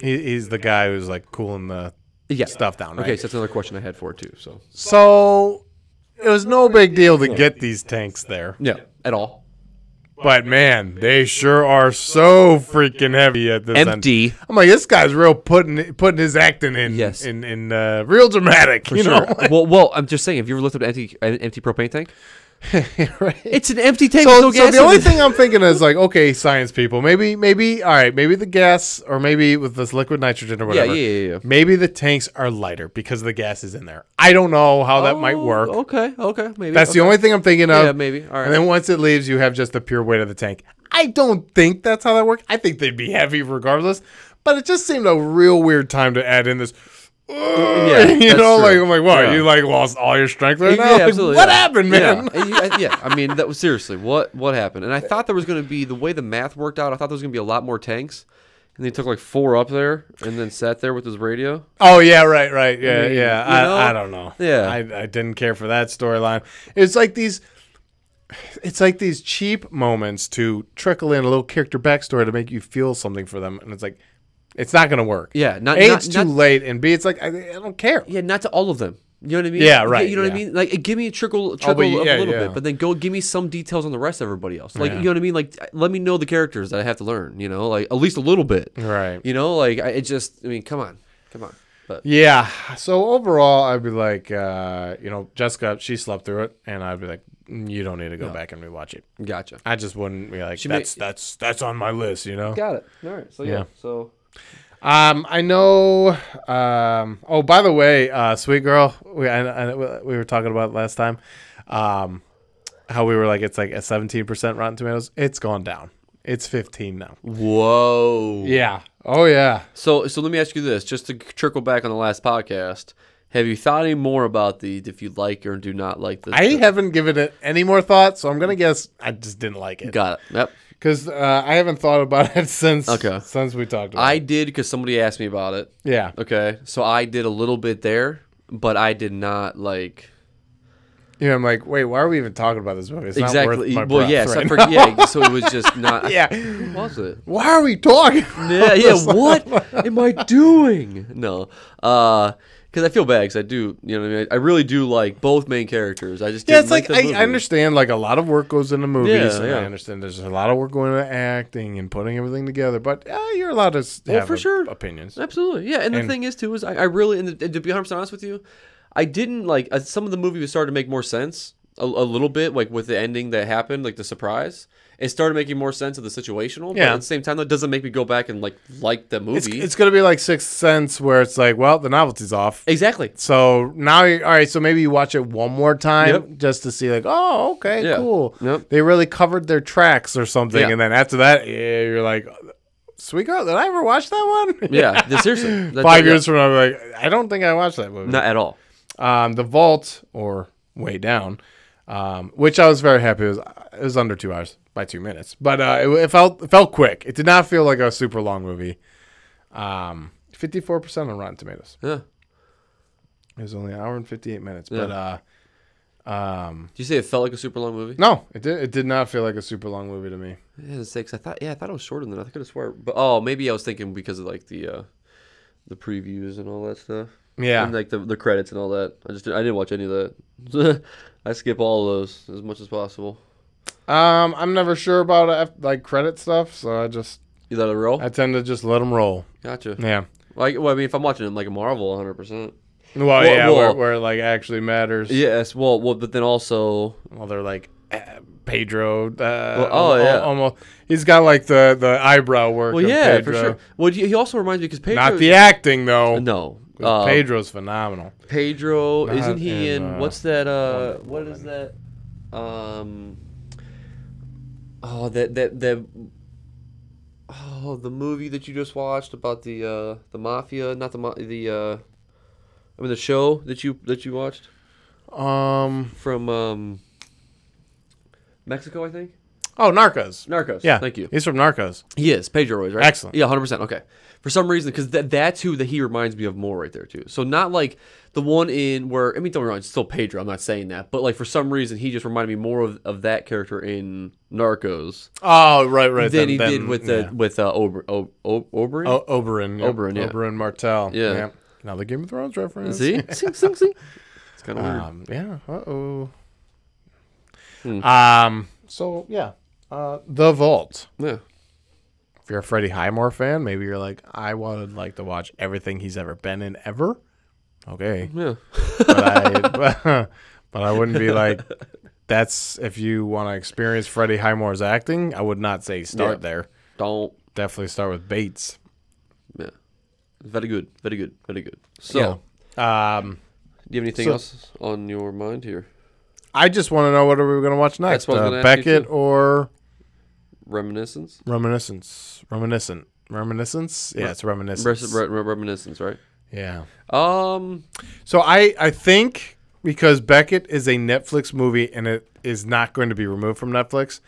[SPEAKER 1] he, he's the guy who's like cooling the
[SPEAKER 2] Yeah.
[SPEAKER 1] stuff down. Right?
[SPEAKER 2] Okay, so that's another question I had for it too. So
[SPEAKER 1] so it was no big deal to get these tanks there.
[SPEAKER 2] yeah, at all
[SPEAKER 1] But man, they sure are so freaking heavy at this end. I'm like, this guy's real putting putting his acting in
[SPEAKER 2] Yes.
[SPEAKER 1] in in uh, real dramatic, you know.
[SPEAKER 2] well, well, I'm just saying. Have you ever looked up an empty, an empty propane tank?
[SPEAKER 1] right?
[SPEAKER 2] It's an empty tank. with
[SPEAKER 1] So,
[SPEAKER 2] no
[SPEAKER 1] so
[SPEAKER 2] gas
[SPEAKER 1] the
[SPEAKER 2] in
[SPEAKER 1] only
[SPEAKER 2] it.
[SPEAKER 1] thing I'm thinking is like, okay, science people, maybe maybe all right, maybe the gas or maybe with this liquid nitrogen or
[SPEAKER 2] Yeah,
[SPEAKER 1] whatever.
[SPEAKER 2] yeah, yeah, yeah.
[SPEAKER 1] Maybe the tanks are lighter because the gas is in there. I don't know how that might
[SPEAKER 2] Oh,
[SPEAKER 1] work.
[SPEAKER 2] Okay, okay, maybe.
[SPEAKER 1] That's the only thing I'm thinking of.
[SPEAKER 2] Yeah, maybe. All right.
[SPEAKER 1] And then once it leaves, you have just the pure weight of the tank. I don't think that's how that works. I think they'd be heavy regardless. But it just seemed a real weird time to add in this. Yeah, you
[SPEAKER 2] that's
[SPEAKER 1] know,
[SPEAKER 2] true.
[SPEAKER 1] like I'm like, what?
[SPEAKER 2] Yeah.
[SPEAKER 1] You like lost all your strength right
[SPEAKER 2] Yeah,
[SPEAKER 1] now? Like,
[SPEAKER 2] absolutely,
[SPEAKER 1] what
[SPEAKER 2] yeah.
[SPEAKER 1] happened, man?
[SPEAKER 2] Yeah. And you- I- yeah, I mean, that was seriously what what happened. And I thought there was going to be the way the math worked out. I thought there was going to be a lot more tanks, and they took like four up there, and then sat there with his radio.
[SPEAKER 1] Oh yeah, right, right, yeah,
[SPEAKER 2] mean,
[SPEAKER 1] yeah.
[SPEAKER 2] you
[SPEAKER 1] I,
[SPEAKER 2] know?
[SPEAKER 1] I don't know.
[SPEAKER 2] Yeah.
[SPEAKER 1] I, I didn't care for that storyline. It's like these, it's like these cheap moments to trickle in a little character backstory to make you feel something for them, and it's like, it's not gonna work.
[SPEAKER 2] Yeah, not-
[SPEAKER 1] a
[SPEAKER 2] not-
[SPEAKER 1] it's
[SPEAKER 2] not-
[SPEAKER 1] too late, and b it's like I, I don't care.
[SPEAKER 2] Yeah, not to all of them. You know what I mean?
[SPEAKER 1] Yeah, right,
[SPEAKER 2] You know what I
[SPEAKER 1] yeah.
[SPEAKER 2] mean? Like, uh, give me a trickle, trickle
[SPEAKER 1] you-
[SPEAKER 2] of
[SPEAKER 1] yeah,
[SPEAKER 2] a little
[SPEAKER 1] yeah.
[SPEAKER 2] bit, but then go give me some details on the rest of everybody else. Like,
[SPEAKER 1] Yeah.
[SPEAKER 2] you know what I mean? Like, uh, let me know the characters that I have to learn. You know, like at least a little bit.
[SPEAKER 1] Right.
[SPEAKER 2] You know, like I, it just. I mean, come on, come on. But
[SPEAKER 1] Yeah. So overall, I'd be like, uh, you know, Jessica, she slept through it, and I'd be like, "Mm, you don't need to go back and rewatch it.
[SPEAKER 2] gotcha.
[SPEAKER 1] I just wouldn't be like,
[SPEAKER 2] She may-
[SPEAKER 1] that's that's that's on my list, you know.
[SPEAKER 2] Got it. All right. So yeah.
[SPEAKER 1] Yeah.
[SPEAKER 2] So
[SPEAKER 1] Um, I know. Um, oh, by the way, uh, sweet girl, we I, I, we were talking about it last time, um, how we were like, it's like a seventeen percent Rotten Tomatoes. It's gone down. It's fifteen now.
[SPEAKER 2] whoa.
[SPEAKER 1] Yeah. Oh yeah.
[SPEAKER 2] So so let me ask you this, just to trickle back on the last podcast. Have you thought any more about the if you like or do not like this?
[SPEAKER 1] I haven't given it any more thought, so I'm gonna guess I just didn't like it.
[SPEAKER 2] got it. Yep.
[SPEAKER 1] because uh, I haven't thought about it since
[SPEAKER 2] Okay.
[SPEAKER 1] since we talked about
[SPEAKER 2] I
[SPEAKER 1] it.
[SPEAKER 2] did because somebody asked me about it.
[SPEAKER 1] Yeah,
[SPEAKER 2] Okay, so I did a little bit there, but I did not like
[SPEAKER 1] yeah. I'm like, wait, why are we even talking about this movie? It's
[SPEAKER 2] exactly.
[SPEAKER 1] Not worth my
[SPEAKER 2] well,
[SPEAKER 1] breath
[SPEAKER 2] yes,
[SPEAKER 1] right
[SPEAKER 2] I for,
[SPEAKER 1] now.
[SPEAKER 2] yeah. So it was just not.
[SPEAKER 1] yeah.
[SPEAKER 2] what was it?
[SPEAKER 1] Why are we talking?
[SPEAKER 2] Yeah, yeah. What am I doing? No, because I feel bad because I do. You know, what I, mean? I really do like both main characters. I just
[SPEAKER 1] Yeah,
[SPEAKER 2] didn't
[SPEAKER 1] it's like,
[SPEAKER 2] the movie.
[SPEAKER 1] I, I understand like a lot of work goes into movies,
[SPEAKER 2] Yeah,
[SPEAKER 1] and
[SPEAKER 2] yeah.
[SPEAKER 1] I understand there's a lot of work going into acting and putting everything together. But uh, you're allowed to s- have
[SPEAKER 2] Oh, for
[SPEAKER 1] op-
[SPEAKER 2] sure.
[SPEAKER 1] opinions.
[SPEAKER 2] Absolutely, yeah. And, the
[SPEAKER 1] And-
[SPEAKER 2] thing is, too, is I, I really, and, and to be 100 percent honest with you, I didn't like uh, some of the movie was starting to make more sense a, a little bit, like with the ending that happened, like the surprise. It started making more sense of the situational. But
[SPEAKER 1] Yeah.
[SPEAKER 2] at the same time, that doesn't make me go back and like like the
[SPEAKER 1] It's,
[SPEAKER 2] movie.
[SPEAKER 1] it's gonna be like Sixth Sense, where it's like, well, the novelty's off.
[SPEAKER 2] exactly.
[SPEAKER 1] So now, you all right. So maybe you watch it one more time
[SPEAKER 2] Yep.
[SPEAKER 1] just to see, like, oh, okay,
[SPEAKER 2] Yeah.
[SPEAKER 1] cool.
[SPEAKER 2] Yep.
[SPEAKER 1] They really covered their tracks or something,
[SPEAKER 2] Yeah.
[SPEAKER 1] and then after that, yeah, you're like, sweet girl, did I ever watch that one?
[SPEAKER 2] Yeah. th- seriously. That-
[SPEAKER 1] Five
[SPEAKER 2] yeah,
[SPEAKER 1] years from now, I'm like, I don't think I watched that movie.
[SPEAKER 2] Not at all.
[SPEAKER 1] Um, the Vault or Way Down, um, which I was very happy. It was, it was under two hours by two minutes, but uh, it, it felt it felt quick. It did not feel like a super long movie. Um, fifty four percent on Rotten Tomatoes.
[SPEAKER 2] Yeah.
[SPEAKER 1] It was only an hour and fifty eight minutes,
[SPEAKER 2] Yeah.
[SPEAKER 1] but uh, um,
[SPEAKER 2] Did you say it felt like a super long movie?
[SPEAKER 1] no, it did. It did not feel like a super long movie to me.
[SPEAKER 2] Yeah, it's six. I thought. Yeah, I thought it was shorter than that. I could have swear. But oh, maybe I was thinking because of like the uh the previews and all that stuff.
[SPEAKER 1] Yeah,
[SPEAKER 2] and like the, the credits and all that. I just didn't, I didn't watch any of that. I skip all of those as much as possible.
[SPEAKER 1] um, I'm never sure about uh, like credit stuff, so I just
[SPEAKER 2] You let it roll.
[SPEAKER 1] I tend to just let them roll.
[SPEAKER 2] Gotcha.
[SPEAKER 1] Yeah.
[SPEAKER 2] Like, well, I mean, if I'm watching it like a Marvel, 100. percent
[SPEAKER 1] Well,
[SPEAKER 2] Well,
[SPEAKER 1] yeah, where,
[SPEAKER 2] well-
[SPEAKER 1] where it like actually matters.
[SPEAKER 2] Yes. Well, well, but then also,
[SPEAKER 1] Well, they're like eh, Pedro. Uh,
[SPEAKER 2] oh,
[SPEAKER 1] al-
[SPEAKER 2] yeah.
[SPEAKER 1] almost. He's got like the the eyebrow work.
[SPEAKER 2] well,
[SPEAKER 1] of
[SPEAKER 2] yeah,
[SPEAKER 1] Pedro.
[SPEAKER 2] for sure. Well, he he also reminds me because Pedro.
[SPEAKER 1] Not the acting though.
[SPEAKER 2] no.
[SPEAKER 1] 'cause
[SPEAKER 2] Uh, Pedro.
[SPEAKER 1] Pedro's phenomenal. Not
[SPEAKER 2] isn't he
[SPEAKER 1] in,
[SPEAKER 2] in,
[SPEAKER 1] uh,
[SPEAKER 2] what's that? Uh,
[SPEAKER 1] Wonder
[SPEAKER 2] what is that? Um. Oh, that that that. Oh, the movie that you just watched about the uh, the mafia, not the ma- the. Uh, I mean, the show that you that you watched
[SPEAKER 1] Um.
[SPEAKER 2] from um, Mexico, I think.
[SPEAKER 1] Oh, Narcos.
[SPEAKER 2] Narcos.
[SPEAKER 1] Yeah.
[SPEAKER 2] Thank you.
[SPEAKER 1] He's from Narcos.
[SPEAKER 2] He is Pedro Royce, right?
[SPEAKER 1] Excellent.
[SPEAKER 2] Yeah, hundred percent. Okay. For some reason, because that that's who that he reminds me of more right there too. So not like the one in where I mean, don't get me wrong, it's still Pedro. I'm not saying that, but like for some reason, he just reminded me more of, of that character in Narcos
[SPEAKER 1] Oh, right, right.
[SPEAKER 2] than
[SPEAKER 1] then-
[SPEAKER 2] he
[SPEAKER 1] then-
[SPEAKER 2] did with
[SPEAKER 1] yeah. Oh.
[SPEAKER 2] the with uh, Ober, o, o, Oberyn.
[SPEAKER 1] O- Oberyn. Yep.
[SPEAKER 2] Oberyn, yeah.
[SPEAKER 1] Oberyn Martell.
[SPEAKER 2] Yeah.
[SPEAKER 1] Another Game of Thrones reference.
[SPEAKER 2] See, sing, sing, sing. It's kind of weird.
[SPEAKER 1] Um, yeah. Uh oh.
[SPEAKER 2] Hmm.
[SPEAKER 1] Um. So yeah. Uh, the Vault.
[SPEAKER 2] Yeah.
[SPEAKER 1] If you're a Freddie Highmore fan, maybe you're like, I would like to watch everything he's ever been in ever. Okay,
[SPEAKER 2] Yeah.
[SPEAKER 1] but I, but I wouldn't be like, that's if you want to experience Freddie Highmore's acting. I would not say start
[SPEAKER 2] Yeah.
[SPEAKER 1] there.
[SPEAKER 2] Don't.
[SPEAKER 1] Definitely start with Bates.
[SPEAKER 2] Yeah. Very good. Very good. Very good. So,
[SPEAKER 1] Yeah. Um.
[SPEAKER 2] do you have anything
[SPEAKER 1] So-
[SPEAKER 2] else on your mind here?
[SPEAKER 1] I just want to know what are we going to watch next?
[SPEAKER 2] That's what I was
[SPEAKER 1] Uh,
[SPEAKER 2] gonna ask you,
[SPEAKER 1] Beckett
[SPEAKER 2] too.
[SPEAKER 1] or
[SPEAKER 2] Reminiscence.
[SPEAKER 1] Reminiscence? Reminiscent. Reminiscence? Yeah,
[SPEAKER 2] Re-
[SPEAKER 1] it's Reminiscence.
[SPEAKER 2] Re- re- reminiscence, right?
[SPEAKER 1] yeah.
[SPEAKER 2] Um,
[SPEAKER 1] So I, I think because Beckett is a Netflix movie and it is not going to be removed from Netflix.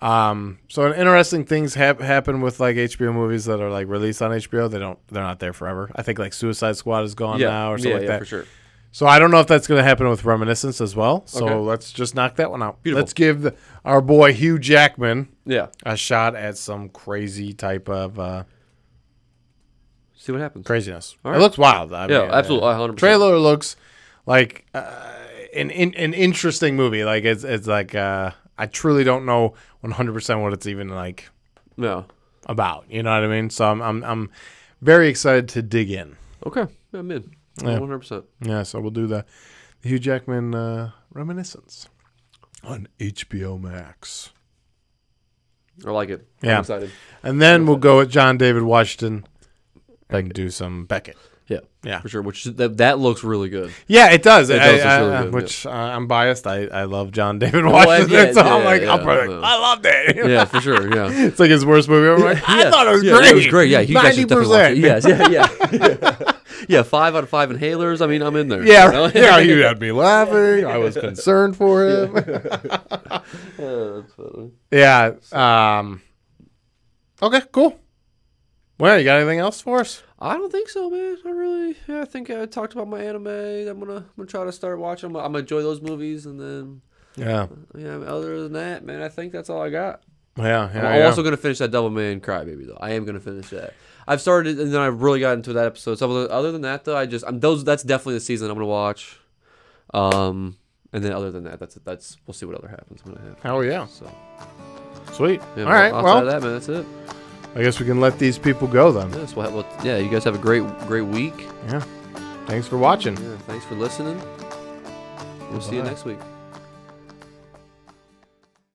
[SPEAKER 1] Um, so an interesting things hap- happen with like HBO movies that are like released on HBO. They don't they're not there forever. I think like Suicide Squad is gone
[SPEAKER 2] yeah,
[SPEAKER 1] now or something
[SPEAKER 2] yeah,
[SPEAKER 1] like
[SPEAKER 2] yeah,
[SPEAKER 1] that.
[SPEAKER 2] for sure.
[SPEAKER 1] So I don't know if that's going to happen with Reminiscence as well. So
[SPEAKER 2] Okay.
[SPEAKER 1] let's just knock that one out.
[SPEAKER 2] Beautiful.
[SPEAKER 1] Let's give the, our boy Hugh Jackman
[SPEAKER 2] Yeah,
[SPEAKER 1] a shot at some crazy type of uh,
[SPEAKER 2] see what happens.
[SPEAKER 1] craziness.
[SPEAKER 2] All right.
[SPEAKER 1] It looks wild. I
[SPEAKER 2] Yeah,
[SPEAKER 1] mean, uh,
[SPEAKER 2] absolutely, 100.
[SPEAKER 1] Trailer looks like uh, an in, an interesting movie. Like it's it's like uh, I truly don't know 100 percent what it's even like
[SPEAKER 2] No.
[SPEAKER 1] about. You know what I mean? So I'm I'm, I'm very excited to dig in.
[SPEAKER 2] Okay. Yeah, I'm in.
[SPEAKER 1] Yeah.
[SPEAKER 2] 100%.
[SPEAKER 1] Yeah, so we'll do the Hugh Jackman uh, reminiscence on HBO Max.
[SPEAKER 2] I like it.
[SPEAKER 1] Yeah.
[SPEAKER 2] I'm excited.
[SPEAKER 1] And then we'll go at John David Washington and do some Beckett.
[SPEAKER 2] Yeah.
[SPEAKER 1] Yeah.
[SPEAKER 2] For sure. Which that, that looks really good.
[SPEAKER 1] Yeah, it does.
[SPEAKER 2] It
[SPEAKER 1] I-
[SPEAKER 2] does, it's
[SPEAKER 1] I-
[SPEAKER 2] really
[SPEAKER 1] I-
[SPEAKER 2] good,
[SPEAKER 1] which uh, I'm biased. I, I love John David
[SPEAKER 2] I-
[SPEAKER 1] Washington.
[SPEAKER 2] yeah,
[SPEAKER 1] so I'm
[SPEAKER 2] yeah,
[SPEAKER 1] like,
[SPEAKER 2] yeah,
[SPEAKER 1] I'm probably like,
[SPEAKER 2] yeah.
[SPEAKER 1] I loved it.
[SPEAKER 2] Yeah, for sure. Yeah.
[SPEAKER 1] It's like his worst movie ever. Like, I
[SPEAKER 2] Yeah.
[SPEAKER 1] thought it was
[SPEAKER 2] yeah,
[SPEAKER 1] great.
[SPEAKER 2] It was great. Yeah, you guys should definitely
[SPEAKER 1] 90%.
[SPEAKER 2] watch it. Yes, yeah, yeah. yeah, five out of five inhalers. I mean, I'm in there. you know?
[SPEAKER 1] Yeah, yeah, you had me laughing. I was concerned for him.
[SPEAKER 2] Yeah, that's funny.
[SPEAKER 1] Yeah. Um. Okay. Cool. Well, you got anything else for us?
[SPEAKER 2] I don't think so, man. I really, yeah, I think I talked about my anime. I'm gonna, I'm gonna try to start watching. I'm, gonna- I'm gonna enjoy those movies, and then,
[SPEAKER 1] Yeah.
[SPEAKER 2] yeah. Other than that, man, I think that's all I got.
[SPEAKER 1] Oh, Yeah.
[SPEAKER 2] I'm also gonna finish that Double Man Crybaby though. I am gonna finish that. I've started, and then I really got into that episode. So other- other than that, though, I just, I'm those. That's definitely the season I'm gonna watch. Um, and then other than that, that's that's we'll see what other happens. I'm gonna have.
[SPEAKER 1] Hell yeah.
[SPEAKER 2] So.
[SPEAKER 1] Sweet.
[SPEAKER 2] Yeah,
[SPEAKER 1] All right.
[SPEAKER 2] Outside
[SPEAKER 1] Well,
[SPEAKER 2] of that, man, that's it.
[SPEAKER 1] I guess we can let these people go then.
[SPEAKER 2] Yeah, so have, well, yeah, you guys have a great, great week.
[SPEAKER 1] Yeah. Thanks for watching.
[SPEAKER 2] Yeah, thanks for listening. We'll see you
[SPEAKER 1] Bye.
[SPEAKER 2] next week.